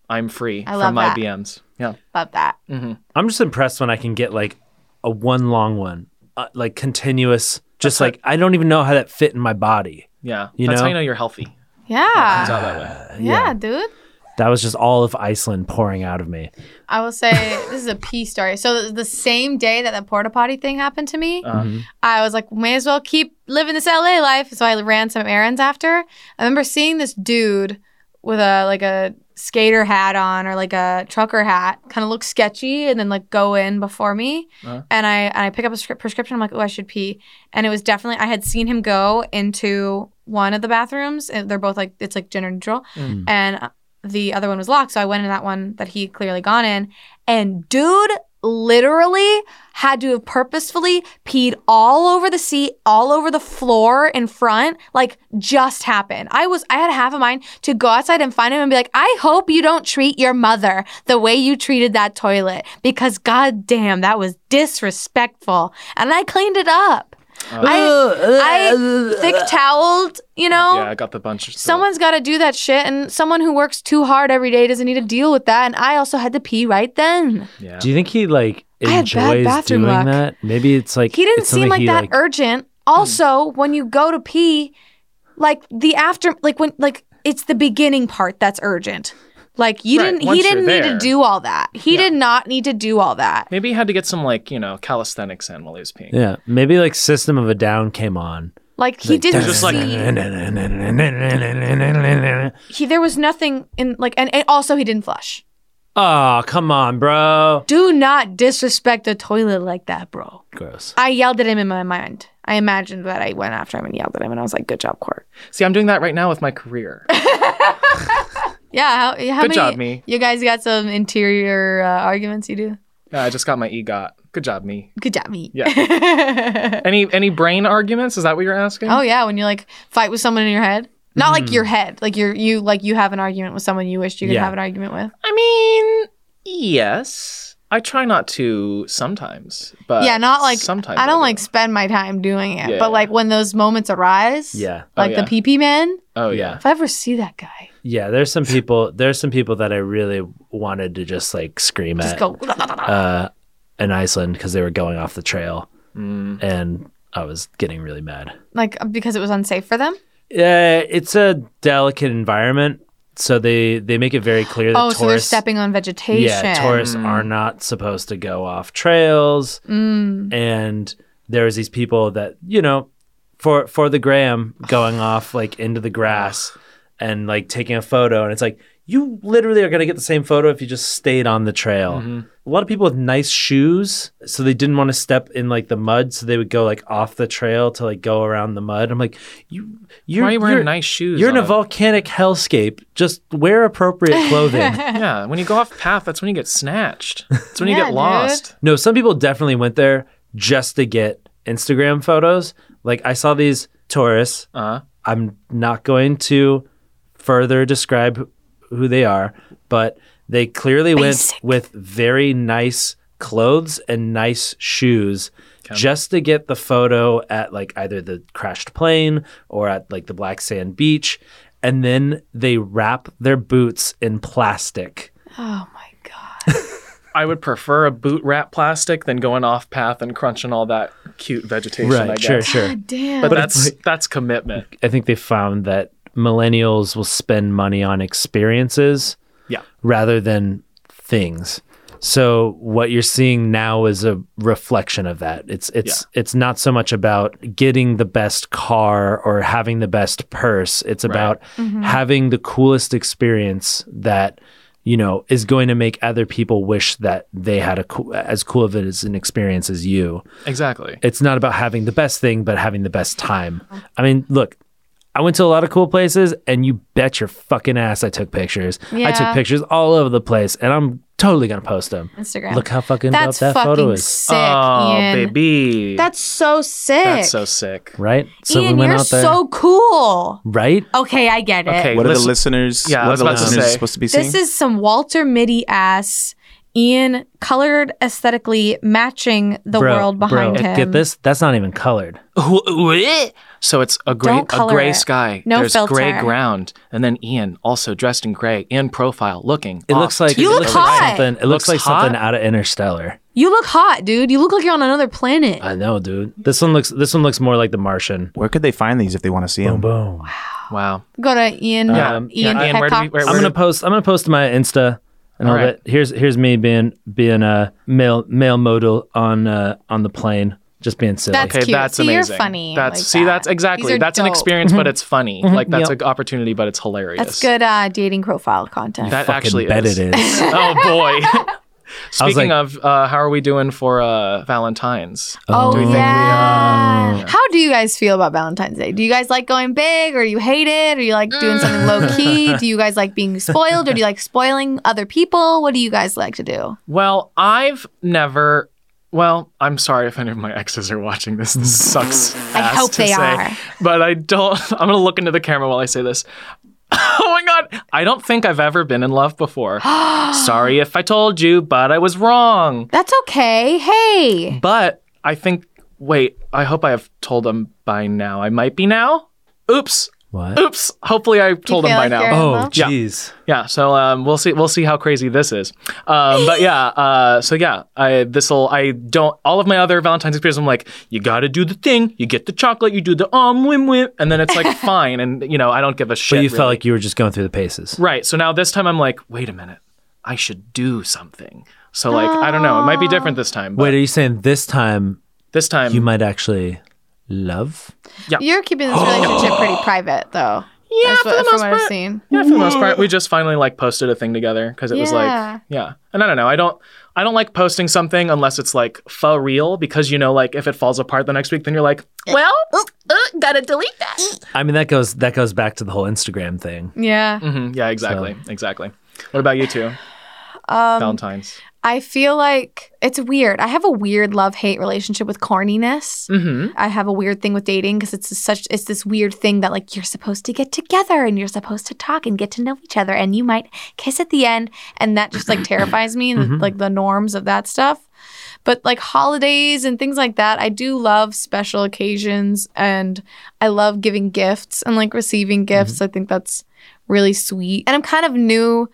C: I'm free
B: love
C: from my
B: that.
C: BMs. Yeah.
B: Love that.
D: I'm just impressed when I can get like a one long one, uh, like continuous. Just like I don't even know how that fit in my body.
C: Yeah.
D: You
C: That's
D: know?
C: how you know you're healthy.
B: Yeah.
C: Not that way.
B: Yeah, dude.
D: That was just all of Iceland pouring out of me.
B: I will say this is a pee story. So th- the same day that the porta potty thing happened to
C: Uh-huh. Uh,
B: me,
D: Mm-hmm.
B: I was like, may as well keep living this LA life. So I ran some errands after. I remember seeing this dude with a like a skater hat on or like a trucker hat, kind of look sketchy, and then like go in before me. And I and I pick up a script prescription. I'm like, oh, I should pee. And it was definitely I had seen him go into one of the bathrooms. And they're both like it's like gender neutral, and uh, the other one was locked. So I went in that one that he had clearly gone in, and dude literally had to have purposefully peed all over the seat, all over the floor in front, like just happened. I was I had half a mind to go outside and find him and be like, "I hope you don't treat your mother the way you treated that toilet because god damn, that was disrespectful." And I cleaned it up. I, I thick toweled, you know?
C: Yeah, I got the bunch. of-
B: Someone's got to do that shit, and someone who works too hard every day doesn't need to deal with that. And I also had to pee right then.
C: Yeah.
D: Do you think he like
B: I had bad
D: enjoys
B: bathroom
D: doing
B: luck.
D: that? Maybe it's like Hmm.
B: He didn't
D: it's something
B: seem like
D: he,
B: that urgent. Also, when you go to pee, like the after, like when, like it's the beginning part that's urgent. Like you
C: Right,
B: didn't, he
C: once you're
B: didn't need to
C: there.
B: do all that. He did not need to do all that.
C: Maybe he had to get some like you know calisthenics in while he was peeing.
D: yeah, maybe like System of a Down came on.
B: Like he didn't
C: Just like-
B: see. he there was nothing in like, and, and also he didn't flush.
D: oh come on, bro.
B: Do not disrespect the toilet like that, bro.
D: Gross.
B: I yelled at him in my mind. I imagined that I went after him and yelled at him, and I was like, "Good job, Court."
C: See, I'm doing that right now with my career.
B: Yeah, how, how
C: Good
B: many-
C: job, me.
B: You guys got some interior uh, arguments you do.
C: yeah, I just got my EGOT. Good job, me.
B: Good job, me.
C: Yeah. any any brain arguments? Is that what you're asking?
B: Oh yeah, when you like fight with someone in your head, not like
C: Mm.
B: your head, like you're you like you have an argument with someone you wished you could
D: Yeah.
B: have an argument with.
C: I mean, yes. I try not to sometimes, but
B: yeah, not like
C: sometimes.
B: I don't
C: do.
B: like spend my time doing it,
C: Yeah,
B: but
C: yeah.
B: like when those moments arise,
D: Yeah.
C: Oh,
B: like
C: yeah.
B: the pee pee man.
C: Oh yeah.
B: If I ever see that guy,
D: Yeah, there's some people. There's some people that I really wanted to just like scream
B: just
D: at.
B: go.
D: uh, in Iceland because they were going off the trail,
C: Mm.
D: and I was getting really mad.
B: Like because it was unsafe for them.
D: Yeah, it's a delicate environment, so they they make it very clear that
B: oh,
D: tourists,
B: so they're stepping on vegetation.
D: yeah, tourists are not supposed to go off trails, and there was these people that you know, for for the gram going off like into the grass and like taking a photo, and it's like. You literally are going to get the same photo if you just stayed on the trail
C: Mm-hmm.
D: a lot of people with nice shoes so they didn't want to step in like the mud so they would go like off the trail to like go around the mud i'm like you you're
C: Why are you wearing
D: you're-
C: nice shoes?
D: you're in a
C: on
D: volcanic hellscape just wear appropriate clothing
C: Yeah, when you go off path, that's when you get snatched. That's when you
B: Yeah,
C: get
B: dude.
C: lost.
D: no some people definitely went there just to get instagram photos like i saw these tourists
C: Uh,
D: I'm not going to further describe who they are, but they clearly
F: Basic.
D: went with very nice clothes and nice shoes just to get the photo at like either the crashed plane or at like the black sand beach. And then they wrap their boots in plastic.
B: Oh my god.
C: I would prefer a boot wrap plastic than going off path and crunching all that cute vegetation. I
D: sure,
C: guess.
D: sure.
B: God damn.
C: But,
D: But
C: that's
D: it's
C: that's commitment.
D: I think they found that millennials will spend money on experiences
C: Yeah.
D: rather than things. So what you're seeing now is a reflection of that. It's it's it's not so much about getting the best car or having the best purse. It's about having the coolest experience that you know is going to make other people wish that they had a cool, as cool of it as an experience as you
C: Exactly.
D: it's not about having the best thing, but having the best time. I mean, look, I went to a lot of cool places, and you bet your fucking ass I took pictures. I
B: Yeah.
D: took pictures all over the place, and I'm totally gonna post them.
B: Instagram.
D: Look how fucking
B: that's
D: dope that
B: fucking
D: photo is,
B: sick,
C: oh,
B: Ian.
C: baby.
B: That's so sick.
C: That's so sick.
D: right? So
B: Ian,
D: we went
B: you're
D: out there,
B: so cool.
D: right?
F: Okay, I get it.
C: Okay,
E: What are the
C: listen-
E: listeners?
C: Yeah, I
E: what
C: was
E: are the
C: about to
E: listeners
C: say.
E: supposed to be seeing?
B: This is some Walter Mitty ass. Ian colored aesthetically matching the
D: Bro,
B: world
D: bro,
B: behind him.
D: Get this? That's not even colored.
C: So it's a gray,
B: Don't
C: a
B: color
C: gray
B: it.
C: sky.
B: No
C: There's
B: filter.
C: gray ground, and then Ian also dressed in gray in profile, looking.
D: It
C: off
D: looks like
C: to
B: You
D: it
C: the
B: look
D: looks
C: right.
B: hot.
D: like something. It looks,
C: Looks
D: like something out
C: hot.
D: of Interstellar.
B: You look hot, dude. You look like you're on another planet.
D: I know, dude. This one looks. This one looks more like The Martian.
E: Where could they find these if they want to see them?
D: Boom.
C: Wow.
B: Go to Ian.
C: Yeah,
B: Ian
C: yeah, Ian, where do we- where-
B: Peacock.
D: I'm
C: where
D: gonna
C: did-
D: post. I'm gonna post to my Insta. And all
C: All right.
D: that. Here's here's me being being a male male modal on uh, on the plane, just being silly.
B: That's-
C: Okay,
B: cute.
C: that's
B: See, you're
C: amazing.
B: funny
C: That's
B: like
C: see,
B: that.
C: that's
B: These
C: exactly
B: are
C: that's an
B: dope. Mm-hmm.
C: experience, but it's funny. Like that's
D: Yep.
C: an opportunity, but it's hilarious.
B: That's good uh, dating profile content.
C: That
D: Fucking
C: actually
D: bet
C: is.
D: it is.
C: oh boy.
D: like-
C: Speaking of, uh, how are we doing for uh, Valentine's?
B: oh
C: do you
B: yeah.
C: think we,
B: How do you guys feel about Valentine's Day? Do you guys like going big, or you hate it, or you like
C: Mm.
B: doing something low key? Do you guys like being spoiled, or do you like spoiling other people? What do you guys like to do?
C: Well, I've never. Well, I'm sorry if any of my exes are watching this. This sucks.
B: I
C: ass
B: hope
C: to
B: they
C: say,
B: are.
C: But I don't. I'm gonna look into the camera while I say this. oh my god! I don't think I've ever been in love before. sorry if I told you, but I was wrong.
B: That's okay. Hey,
C: But I think. Wait. I hope I have told them by now. I might be now. Oops.
D: What?
C: Oops. Hopefully I told
B: feel
C: them by
B: like
C: now.
B: you're-
D: Oh
B: Yeah.
D: jeez.
C: Yeah, so um, we'll see. We'll see how crazy this is. Um, but yeah, uh, so yeah, I this'll. I don't. All of my other Valentine's experiences, I'm like, you got to do the thing. You get the chocolate. You do the um whim whim, and then it's like fine, and you know I don't give a shit.
D: But you
C: really.
D: felt like you were just going through the paces.
C: right. So now this time I'm like, wait a minute, I should do something. So like I don't know. It might be different this time. But
D: Wait, are you saying this time
C: this time,
D: you might actually love?
B: you're keeping this relationship pretty private, though.
C: yeah,
B: That's
C: for
B: what-
C: the
B: from
C: most
B: what I've
C: part,
B: seen.
C: yeah, for the most part, we just finally like posted a thing together because it was
B: Yeah.
C: like, yeah. And I don't know, I don't, I don't like posting something unless it's like for real because you know, like if it falls apart the next week, then you're like,
A: Well, uh, uh, gotta delete that.
D: I mean, that goes that goes back to the whole Instagram thing.
B: Yeah.
C: mhm, yeah, exactly, exactly. What about you two? Valentine's.
B: Um, I feel like it's weird. I have a weird love hate relationship with corniness.
C: Mm-hmm.
B: I have a weird thing with dating because it's such it's this weird thing that like you're supposed to get together and you're supposed to talk and get to know each other and you might kiss at the end and that just like terrifies me and like the norms of that stuff. But like holidays and things like that, I do love special occasions and I love giving gifts and like receiving gifts. I think that's really sweet. And I'm kind of new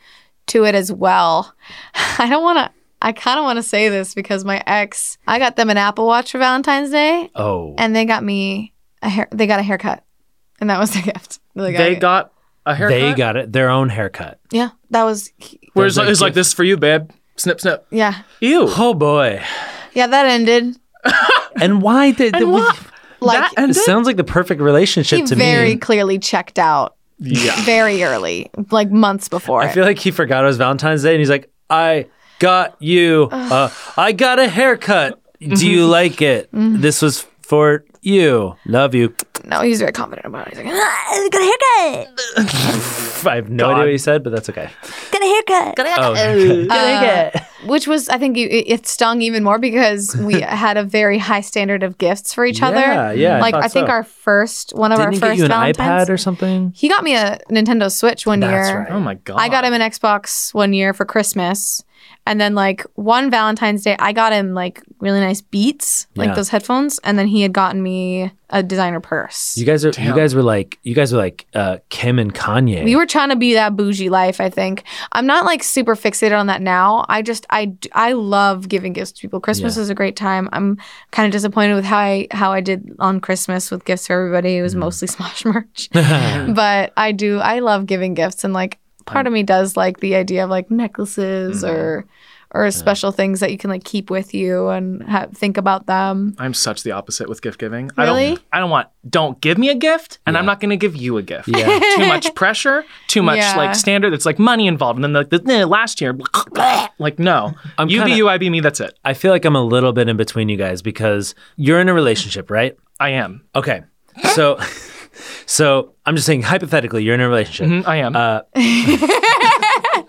B: to it as well. I don't want to I kind of want to say this because my ex, I got them an Apple Watch for Valentine's Day
D: Oh,
B: and they got me a hair. They got a haircut, and that was the gift. They
C: They
B: me-
C: got a haircut.
D: they got it. Their own haircut.
B: yeah. That was
C: Where's
D: There's,
C: like,
D: like,
C: it's like this is for you, babe? Snip, snip.
B: yeah,
C: Ew.
D: Oh boy.
B: yeah. That ended
D: And why did?
C: And
D: did
C: what?
B: like
D: it sounds like the perfect relationship
B: he
D: to
B: very
D: me.
B: clearly checked out
C: Yeah.
B: very early, like months before.
D: I feel like he forgot it was Valentine's Day, and he's like, "I got you. Uh, I
B: Mm-hmm.
D: got a haircut. Do you like it? This was for you. Love you."
B: No, he's very confident about it. He's like, "Ah."
F: I got a haircut.
D: I have no idea what you said, but that's okay.
F: Got a haircut.
B: which was, I think, it, it stung even more because we had a very high standard of gifts for each other.
D: Yeah, yeah, I
B: Like I,
D: thought
B: think
D: so.
B: our first one of
D: Didn't
B: our
D: he
B: first
D: get you an
B: Valentines.
D: iPad or something?
B: He got me a Nintendo Switch one
D: That's
B: year.
D: right.
C: Oh my god.
B: I got him an Xbox one year for Christmas. And then like one Valentine's Day, I got him like really nice Beats, like
D: Yeah.
B: those headphones. And then he had gotten me a designer purse.
D: You guys are
C: Damn.
D: you guys were like you guys were like uh, Kim and Kanye.
B: we were trying to be that bougie life, I think. I'm not like super fixated on that now. I just I d- I love giving gifts to people. Christmas is a great time. I'm kind of disappointed with how I how I did on Christmas with gifts for everybody.
D: Mm.
B: It was mostly Smosh merch. but I do I love giving gifts and like part of me does like the idea of like necklaces
D: Mm.
B: or or special things that you can like keep with you and ha- think about them.
C: I'm such the opposite with gift giving. I
B: Really?
C: don't I don't want don't give me a gift and I'm not going to give you a gift.
D: Yeah.
C: too much pressure, too much
B: Yeah.
C: like standard that's like money involved and then like the, "Nah, last year like no.
D: I'm
C: you
D: kinda-
C: be you I be me that's it.
D: I feel like I'm a little bit in between you guys because you're in a relationship, right?
C: I am.
D: Okay. So so I'm just saying hypothetically, you're in a relationship.
B: Mm-hmm.
C: Mm, I am.
D: Uh,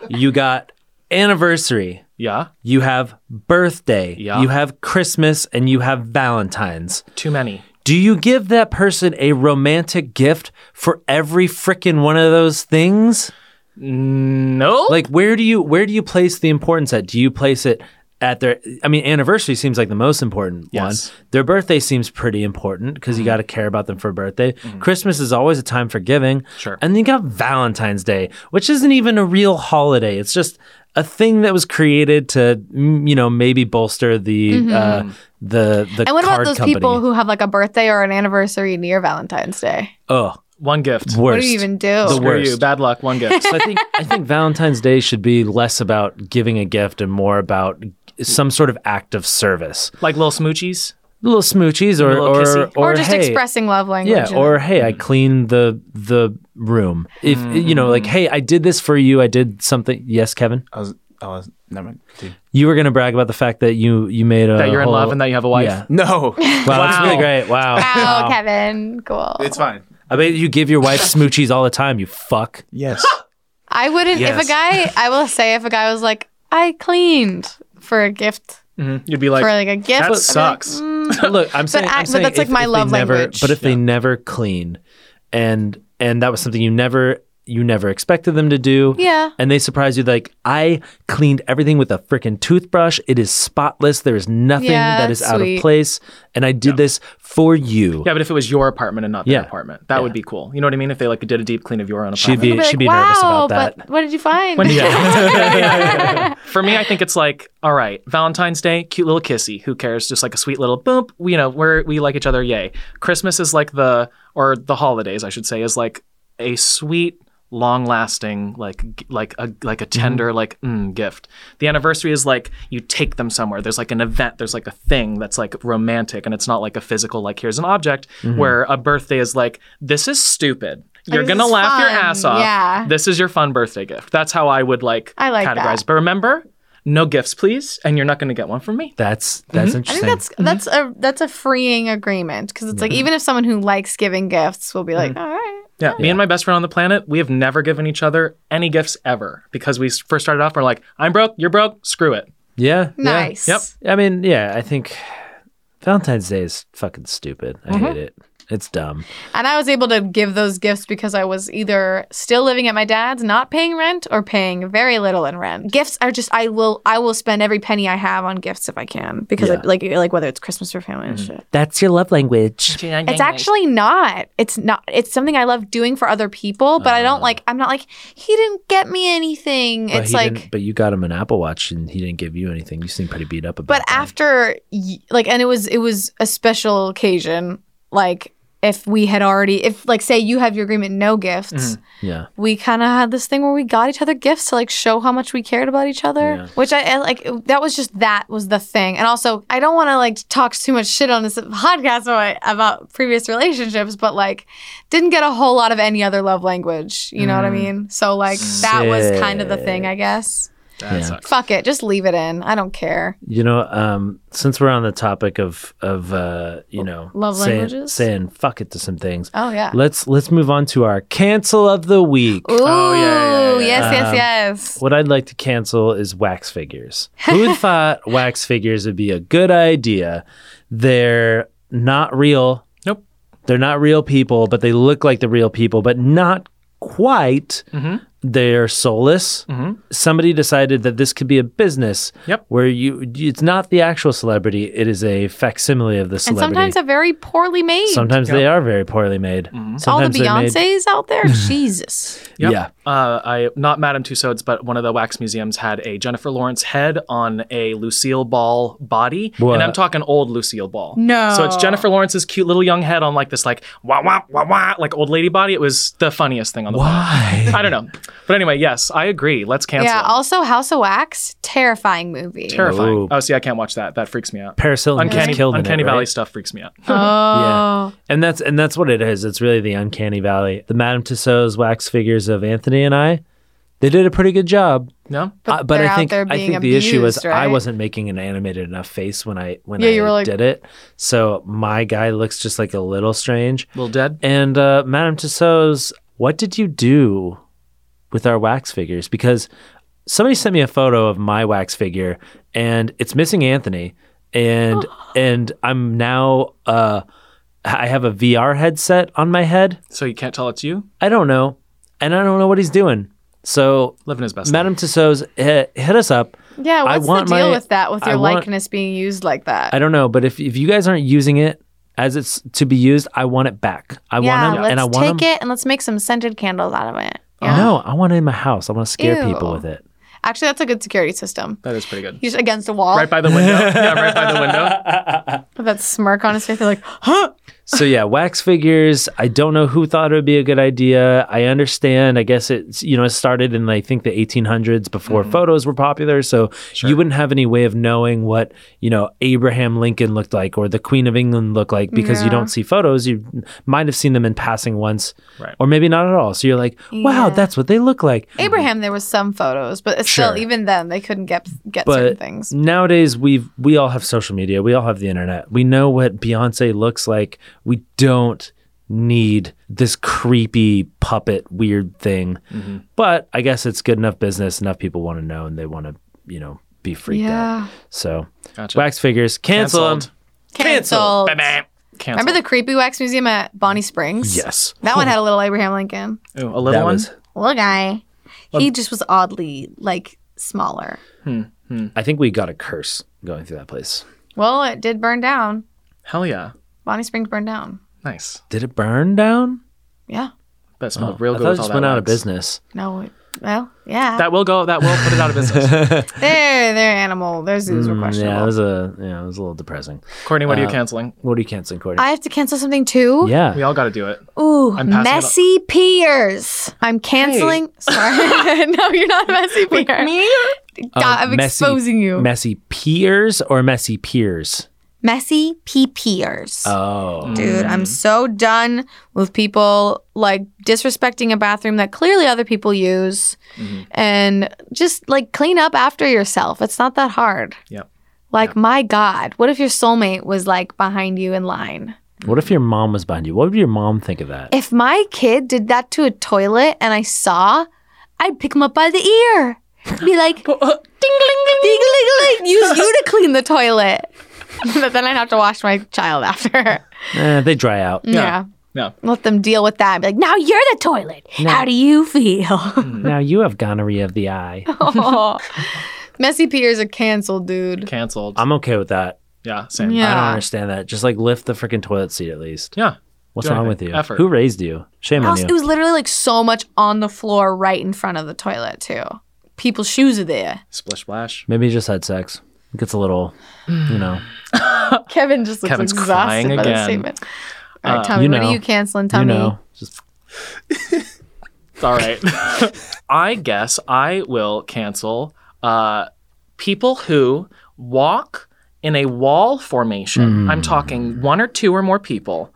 D: you got anniversary,
C: yeah.
D: you have birthday,
C: Yeah.
D: you have Christmas, and you have Valentine's.
C: Too many.
D: Do you give that person a romantic gift for every frickin' one of those things?
C: No.
D: Like where do you where do you place the importance at? Do you place it at their I mean anniversary seems like the most important
C: Yes. Mm-hmm.
D: one. Their birthday seems pretty important because you got to care about them for birthday. Christmas is always a time for giving.
C: Sure.
D: And then you got Valentine's Day, which isn't even a real holiday. It's just a thing that was created to mm, you know maybe bolster the
C: Mm-hmm.
D: uh, the the
B: And what
D: card
B: about those
D: company.
B: people who have like a birthday or an anniversary near Valentine's Day?
D: oh
C: one gift.
D: worst.
B: What do you even do?
D: The
C: Screw
D: worst.
C: you. Bad luck. One gift.
D: So I think I think Valentine's Day should be less about giving a gift and more about some sort of act of service,
C: like little smoochies.
D: little smoochies or
C: Little
D: or,
C: kissy.
B: or, just
D: hey,
B: expressing love language.
D: Yeah,
B: in
D: or hey, I cleaned the the room. If
C: Mm.
D: you know, like, hey, I did this for you. I did something. Yes, Kevin,
E: I was, I was, never mind. Dude.
D: you were gonna brag about the fact that you you made a
C: That you're in
D: whole-
C: love and that you have a wife.
D: Yeah.
E: No,
D: Wow, that's really great. Wow,
B: Wow, Kevin, cool.
E: it's fine.
D: I bet you give your wife smoochies all the time. You fuck.
E: Yes.
B: I wouldn't if
D: Yes.
B: a guy. I will say if a guy was like, I cleaned for a gift
C: Mhm. You'd be like,
B: for like a gift. I'd be
C: that
B: like, "Mm,
C: sucks.
D: Look, I'm saying,
B: I-
D: I'm
B: but
D: saying
B: that's, like,
D: if-
B: my
D: if they
B: love
D: never-
B: language.
D: But if they never clean, and and that was something you never you never expected them to do,
B: Yeah.
D: and they surprise you like I cleaned everything with a freaking toothbrush. It is spotless. There is nothing
B: Yeah,
D: that is
B: that's
D: out
B: sweet.
D: of place, and I did this for you.
C: Yeah, but if it was your apartment and not their
D: Yeah.
C: apartment, that would be cool. You know what I mean? If they like did a deep clean of your own
D: She'd
C: apartment.
D: be,
B: I'd be
D: she'd be
B: like,
D: nervous
B: wow,
D: about that.
B: But what did you find?
C: Yeah. For me, I think it's like, all right, Valentine's Day, cute little kissy. Who cares? Just like a sweet little boop. We, you know, we're, we like each other. Yay. Christmas is like the, or the holidays, I should say, is like a sweet, long lasting, like, g- like a, like a tender, like, mm, gift. The anniversary is like you take them somewhere. There's like an event, there's like a thing that's like romantic and it's not like a physical, like, here's an object, where a birthday is like, this is stupid. You're
B: Oh, this
C: gonna
B: is
C: laugh your
B: fun.
C: ass off.
B: Yeah.
C: This is your fun birthday gift. That's how I would like,
B: I like
C: categorize.
B: that.
C: But remember, no gifts, please, and you're not going to get one from me.
D: That's that's
B: Mm-hmm. I
D: interesting. Mm-hmm.
B: think that's that's a that's a freeing agreement because it's like even if someone who likes giving gifts will be like,
D: Mm-hmm.
B: all right,
C: Yeah, me and my best friend on the planet, we have never given each other any gifts ever because we s- first started off. We're like, I'm broke, you're broke, screw it.
D: yeah, yeah.
B: nice.
C: Yep.
D: I mean, yeah, I think Valentine's Day is fucking stupid. I
B: Mm-hmm.
D: hate it. It's dumb.
B: And I was able to give those gifts because I was either still living at my dad's, not paying rent, or paying very little in rent. Gifts are just I will I will spend every penny I have on gifts if I can because I-
D: Yeah. Mm-hmm.
B: like like whether it's Christmas or family and shit.
D: That's your love language.
B: It's actually not. It's not. It's something I love doing for other people, but I don't like. I'm not like he didn't get me anything.
D: Uh. But
B: it's
D: he
B: like.
D: didn't, but you got him an Apple Watch and he didn't give you anything. You seem pretty beat up about
B: but after y- like and it was it was a special occasion like if we had already if like say you have your agreement no gifts
D: that. yeah,
B: we kind of had this thing where we got each other gifts to like show how much we cared about each other
D: Yeah.
B: which I, I like it- that was just that was the thing and also i don't want to like talk too much shit on this podcast about, about previous relationships but like didn't get a whole
D: Mm.
B: lot of any other love language you know what i mean so like that was kind of the thing i guess
C: That sucks.
B: Fuck it, just leave it in. I don't care.
D: You know, um, since we're on the topic of of uh, you know
B: Love
D: saying,
B: languages?
D: saying fuck it to some things.
B: Oh yeah.
D: Let's let's move on to our cancel of the week.
B: Ooh,
C: yeah, yeah, yeah, yeah.
B: yes,
D: Um,
B: yes, yes.
D: What I'd like to cancel is wax figures. Who thought wax figures would be a good idea? They're not real.
C: Nope.
D: They're not real people, but they look like the real people, but not quite.
C: Mm-hmm.
D: They're soulless. Somebody decided that this could be a business.
C: Yep.
D: Where you, it's not the actual celebrity; it is a facsimile of the
B: And
D: celebrity.
B: sometimes they're very poorly made.
D: Sometimes they are very poorly made.
B: All the
D: Sometimes they're made-
B: Beyonces out there, Jesus.
C: Mm-hmm. Yep.
D: Yeah.
C: Uh, I not Madame Tussauds, but one of the wax museums had a Jennifer Lawrence head on a Lucille Ball body,
D: What?
C: and I'm talking old Lucille Ball.
B: No.
C: So it's Jennifer Lawrence's cute little young head on like this like wah wah wah wah like old lady body. It was the funniest thing on the planet.
D: Why?
C: I don't know, but anyway, yes, I agree. Let's cancel.
B: Yeah.
C: it.
B: Also, House of Wax, terrifying movie.
C: Terrifying.
D: Ooh.
C: Oh, see, I can't watch that. That freaks me out.
D: Paris Hilton gets
C: Uncanny,
D: killed in it,
C: Uncanny
D: right?
C: Valley stuff freaks me out.
B: Oh.
D: And that's and that's what it is. It's really the uncanny valley. The Madame Tussauds wax figures of Anthony and I, they did a pretty good job.
C: No,
B: But
D: Uh, but
B: they're
D: I
B: out
D: think
B: there
D: I
B: being
D: think the issue was
B: abused,
D: I
B: right?
D: wasn't making an animated enough face when I when
B: Yeah,
D: I
B: you were like-
D: did it. So my guy looks just like a little strange.
C: Little Dead.
D: And uh, Madame Tussauds, what did you do with our wax figures? Because somebody sent me a photo of my wax figure, and it's missing Anthony, and and I'm now uh, I have a VR headset on my head.
C: So you can't tell it's you.
D: I don't know, and I don't know what he's doing. So,
C: Living his best.
D: Madame Tussauds, hit, hit us up.
B: Yeah.
D: I
B: What's
D: want
B: the deal
D: my-
B: with that? With
D: I
B: your
D: want-
B: likeness being used like that?
D: I don't know, but if if you guys aren't using it as it's to be used, I want it back. I
B: yeah.
D: want him,
B: let's
D: and I want him.
B: take it and let's make some scented candles out of it. Yeah.
D: No, I want it in my house. I want to scare people
B: Ew.
D: with it.
B: Actually, that's a good security system.
C: that is pretty good.
B: He's against a wall.
C: Right by the window. yeah, right by the window.
B: with that smirk on his face. They're like,
D: So yeah, wax figures. I don't know who thought it would be a good idea. I understand. I guess it's you know it started in I think the 1800s before photos were popular, so you wouldn't have any way of knowing what you know Abraham Lincoln looked like or the Queen of England looked like because you don't see photos. You might have seen them in passing once,
C: Right.
D: or maybe not at all. So you're like, wow,
B: Yeah.
D: that's what they look like.
B: Abraham, there was some photos, but it's
D: Mm-hmm. Sure.
B: still, even then, they couldn't get get certain
D: But
B: things.
D: nowadays we've we all have social media. We all have the internet. We know what Beyonce looks like. We don't need this creepy puppet weird thing.
C: Mm-hmm.
D: But I guess it's good enough business. Enough people want to know and they want to, you know, be freaked out.
B: Yeah.
D: So
C: Gotcha.
D: wax figures canceled.
C: Canceled.
B: Canceled.
C: Bam. Cancel.
B: Remember the creepy wax museum at Bonnie Springs?
D: Yes.
B: That one had a little Abraham Lincoln.
C: Ooh, a little
D: That
C: one.
D: was.
F: Little guy.
B: He just was oddly like smaller.
D: I think we got a curse going through that place.
B: Well, it did burn down.
C: Hell yeah.
B: Bonnie Springs burned down.
C: Nice.
D: Did it burn down?
B: Yeah.
C: That smelled
D: Oh, I
C: Oh, real good.
D: thought it
C: with all
D: just
C: that
D: went out of
C: wax.
D: business.
B: No. it- Well, yeah.
C: That will go. That will put it out of business.
B: They're, they're animal. Their zoos were
D: Mm,
B: questionable.
D: yeah, it was a yeah, it was a little depressing.
C: Courtney, what are you
D: Uh,
C: canceling?
D: What are you canceling, Courtney?
B: I have to cancel something too.
D: yeah.
C: We all got to do it.
F: Ooh,
C: I'm passing it on.
F: messy peers.
B: I'm canceling. Sorry. no, you're not a messy peer. Me?
D: Oh,
B: I'm
D: messy-
B: exposing you.
D: Messy peers or messy peers?
F: Messy pee peers.
D: Oh.
B: Dude, I'm so done with people like disrespecting a bathroom that clearly other people use and just like clean up after yourself. It's not that hard.
C: Yep.
B: Like, my God, what if your soulmate was like behind you in line?
D: What if your mom was behind you? What would your mom think of that?
B: If my kid did that to a toilet and I saw, I'd pick him up by the ear. Be like, ding, ding, ding, ding, ding, ding, use you to clean the toilet. but then I'd have to wash my child after.
D: Eh, they dry out.
B: yeah.
C: No.
B: Let them deal with that. Be like,
F: Oh,
B: now you're the toilet.
F: How do you feel?
D: Now you have gonorrhea of the eye.
B: Mm. Oh. Messy peers are canceled, dude.
C: Canceled.
D: I'm okay with that.
C: yeah. Same.
D: I don't
B: Yeah.
D: understand that. Just like lift the freaking toilet seat at least.
C: Yeah.
D: What's
C: Do
D: wrong with
C: anything.
D: you?
C: Effort.
D: Who raised you? Shame on
B: Also, it
D: you.
B: was literally like so much on the floor right in front of the toilet, too. People's shoes are there.
C: Splish splash.
D: Maybe you just had sex. It gets a little, you know.
B: Mm. Kevin just looks
C: Kevin's
B: exhausted
C: crying
B: by
C: again. Uh,
B: that statement. All right, Tommy,
D: you
B: what
D: know.
B: are you canceling, Tommy?
D: You know. Just
C: It's all right. I guess I will cancel uh, people who walk in a wall formation. I'm talking one or two or more people.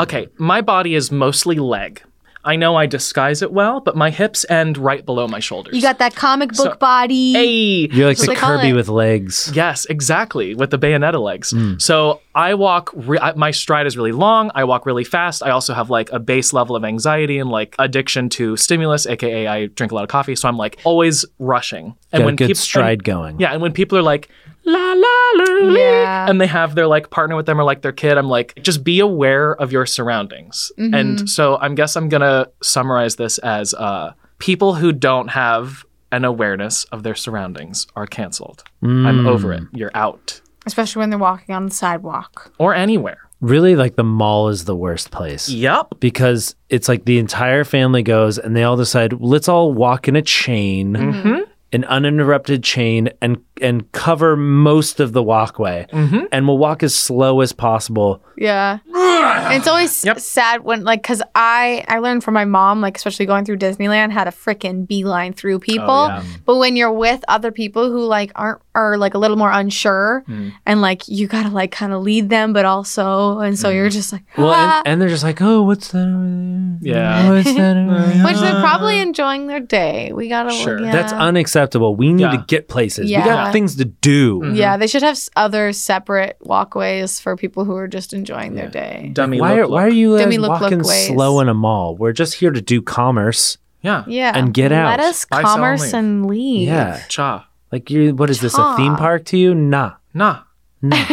C: Okay, my body is mostly leg. I know I disguise it well, but my hips end right below my shoulders.
F: You got that comic book
C: So-
F: body.
C: Hey.
D: You're like
B: That's
D: the
B: what they call
D: Kirby
B: it.
D: with legs.
C: Yes, exactly, with the bayonetta legs.
D: Hmm.
C: So I walk, re- I- my stride is really long. I walk really fast. I also have like a base level of anxiety and like addiction to stimulus, aka I drink a lot of coffee. So I'm like always rushing.
D: Got a
C: when
D: good
C: peop-
D: stride
C: and-
D: going.
C: Yeah, and when people are like la la la, la
B: Yeah.
C: and they have their like partner with them or like their kid, I'm like just be aware of your surroundings. And so I guess I'm gonna summarize this as uh, people who don't have an awareness of their surroundings are canceled.
D: Mm.
C: I'm over
D: Hmm.
C: it. You're out.
B: especially when they're walking on the sidewalk.
C: Or anywhere.
D: Really, like the mall is the worst place.
C: Yep.
D: because it's like the entire family goes and they all decide let's all walk in a chain
C: Mm-hmm.
D: an uninterrupted chain and and cover most of the walkway and we'll walk as slow as possible
B: Yeah, And it's always
C: Yep.
B: sad when like because I I learned from my mom like especially going through Disneyland how to freaking beeline
C: Oh,
B: through people. But when you're with other people who like aren't are like a little more unsure
D: Mm.
B: and like you gotta like kind of lead them, but also and so you're just like
D: Mm. well
B: ah.
D: and, and they're just like oh what's that over there? Oh,
C: Yeah.
D: what's that over there?
B: "Ah," which they're probably enjoying their day. We gotta
C: Sure.
B: yeah.
D: that's unacceptable we need
C: Yeah. Mm-hmm.
D: to get places we
B: Yeah.
D: got things to do
B: yeah, they should have s- other separate walkways for people who are just enjoying their day.
C: Dummy
D: why,
C: look,
D: are, why are
C: look.
D: you guys
B: Dummy look, look
D: walking
B: ways.
D: slow in a mall we're just here to do commerce
C: Yeah.
B: Yeah,
D: And get out.
B: Let us
C: Buy, sell, and
B: commerce
C: leave.
B: and leave.
D: yeah
C: Cha.
D: like you what is this a theme
B: Cha.
D: park to you nah
C: Nah.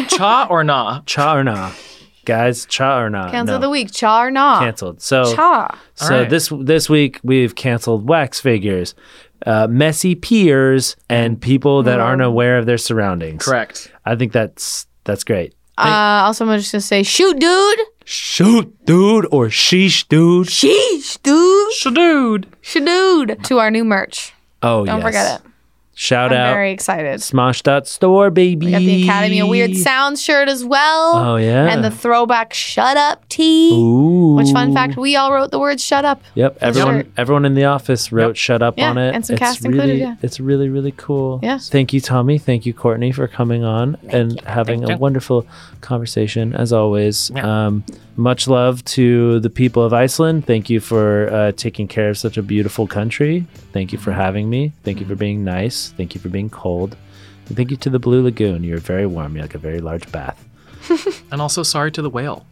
C: Cha or nah?
D: Cha or nah, guys. Cha or nah.
B: Cancel
D: no.
B: the week, cha or not?
D: Canceled. So
B: Cha.
D: so
C: Alright.
D: this this week we've canceled wax figures, uh, messy peers, and people that aren't aware of their surroundings.
C: Correct.
D: I think that's that's great.
B: Uh, also, I'm just gonna say, shoot, dude.
D: Shoot, dude, or sheesh, dude.
B: Sheesh, dude.
C: Shadood.
B: Shoot, dude. To our new merch.
D: Oh,
B: Don't
D: yes.
B: forget it.
D: Shout
B: I'm
D: out
B: very excited.
D: Smosh.store, baby.
B: We got the Academy of Weird Sounds shirt as well.
D: Oh, yeah.
B: And the throwback Shut Up tee.
D: Ooh.
B: Which fun fact? We all wrote the word "shut up."
D: Yep, everyone
B: shirt.
D: everyone in the office wrote "shut up"
B: Yeah,
D: on it,
B: and some
D: it's
B: cast
D: really,
B: included, yeah.
D: it's really really cool.
B: Yeah.
D: thank you, Tommy. Thank you, Courtney, for coming on and having a
C: you.
D: wonderful conversation as always.
C: Yeah.
D: Um, much love to the people of Iceland. Thank you for uh, taking care of such a beautiful country. Thank you for having me. Thank you for being nice. Thank you for being cold. And thank you to the Blue Lagoon. You're very warm. You're like a very large bath.
C: And also sorry to the whale.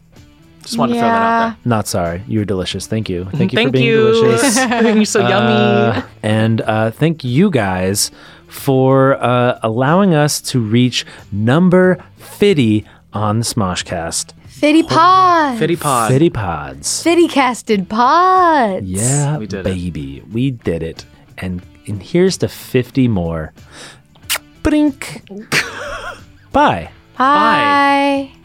C: Just wanted to throw that out there.
D: Not sorry. You were delicious. Thank you. Thank you for
C: Thank
D: being
C: you.
D: delicious.
C: You're so
D: Uh,
C: yummy.
D: and uh, thank you guys for uh, allowing us to reach number 50 on the Smoshcast.
B: Fitty pod.
C: Fitty pod.
D: 50 pods.
B: Fitty casted pod.
D: Yeah,
C: We did it.
D: baby. We did it. And, and here's to 50 more. Brink. Bye.
B: Bye.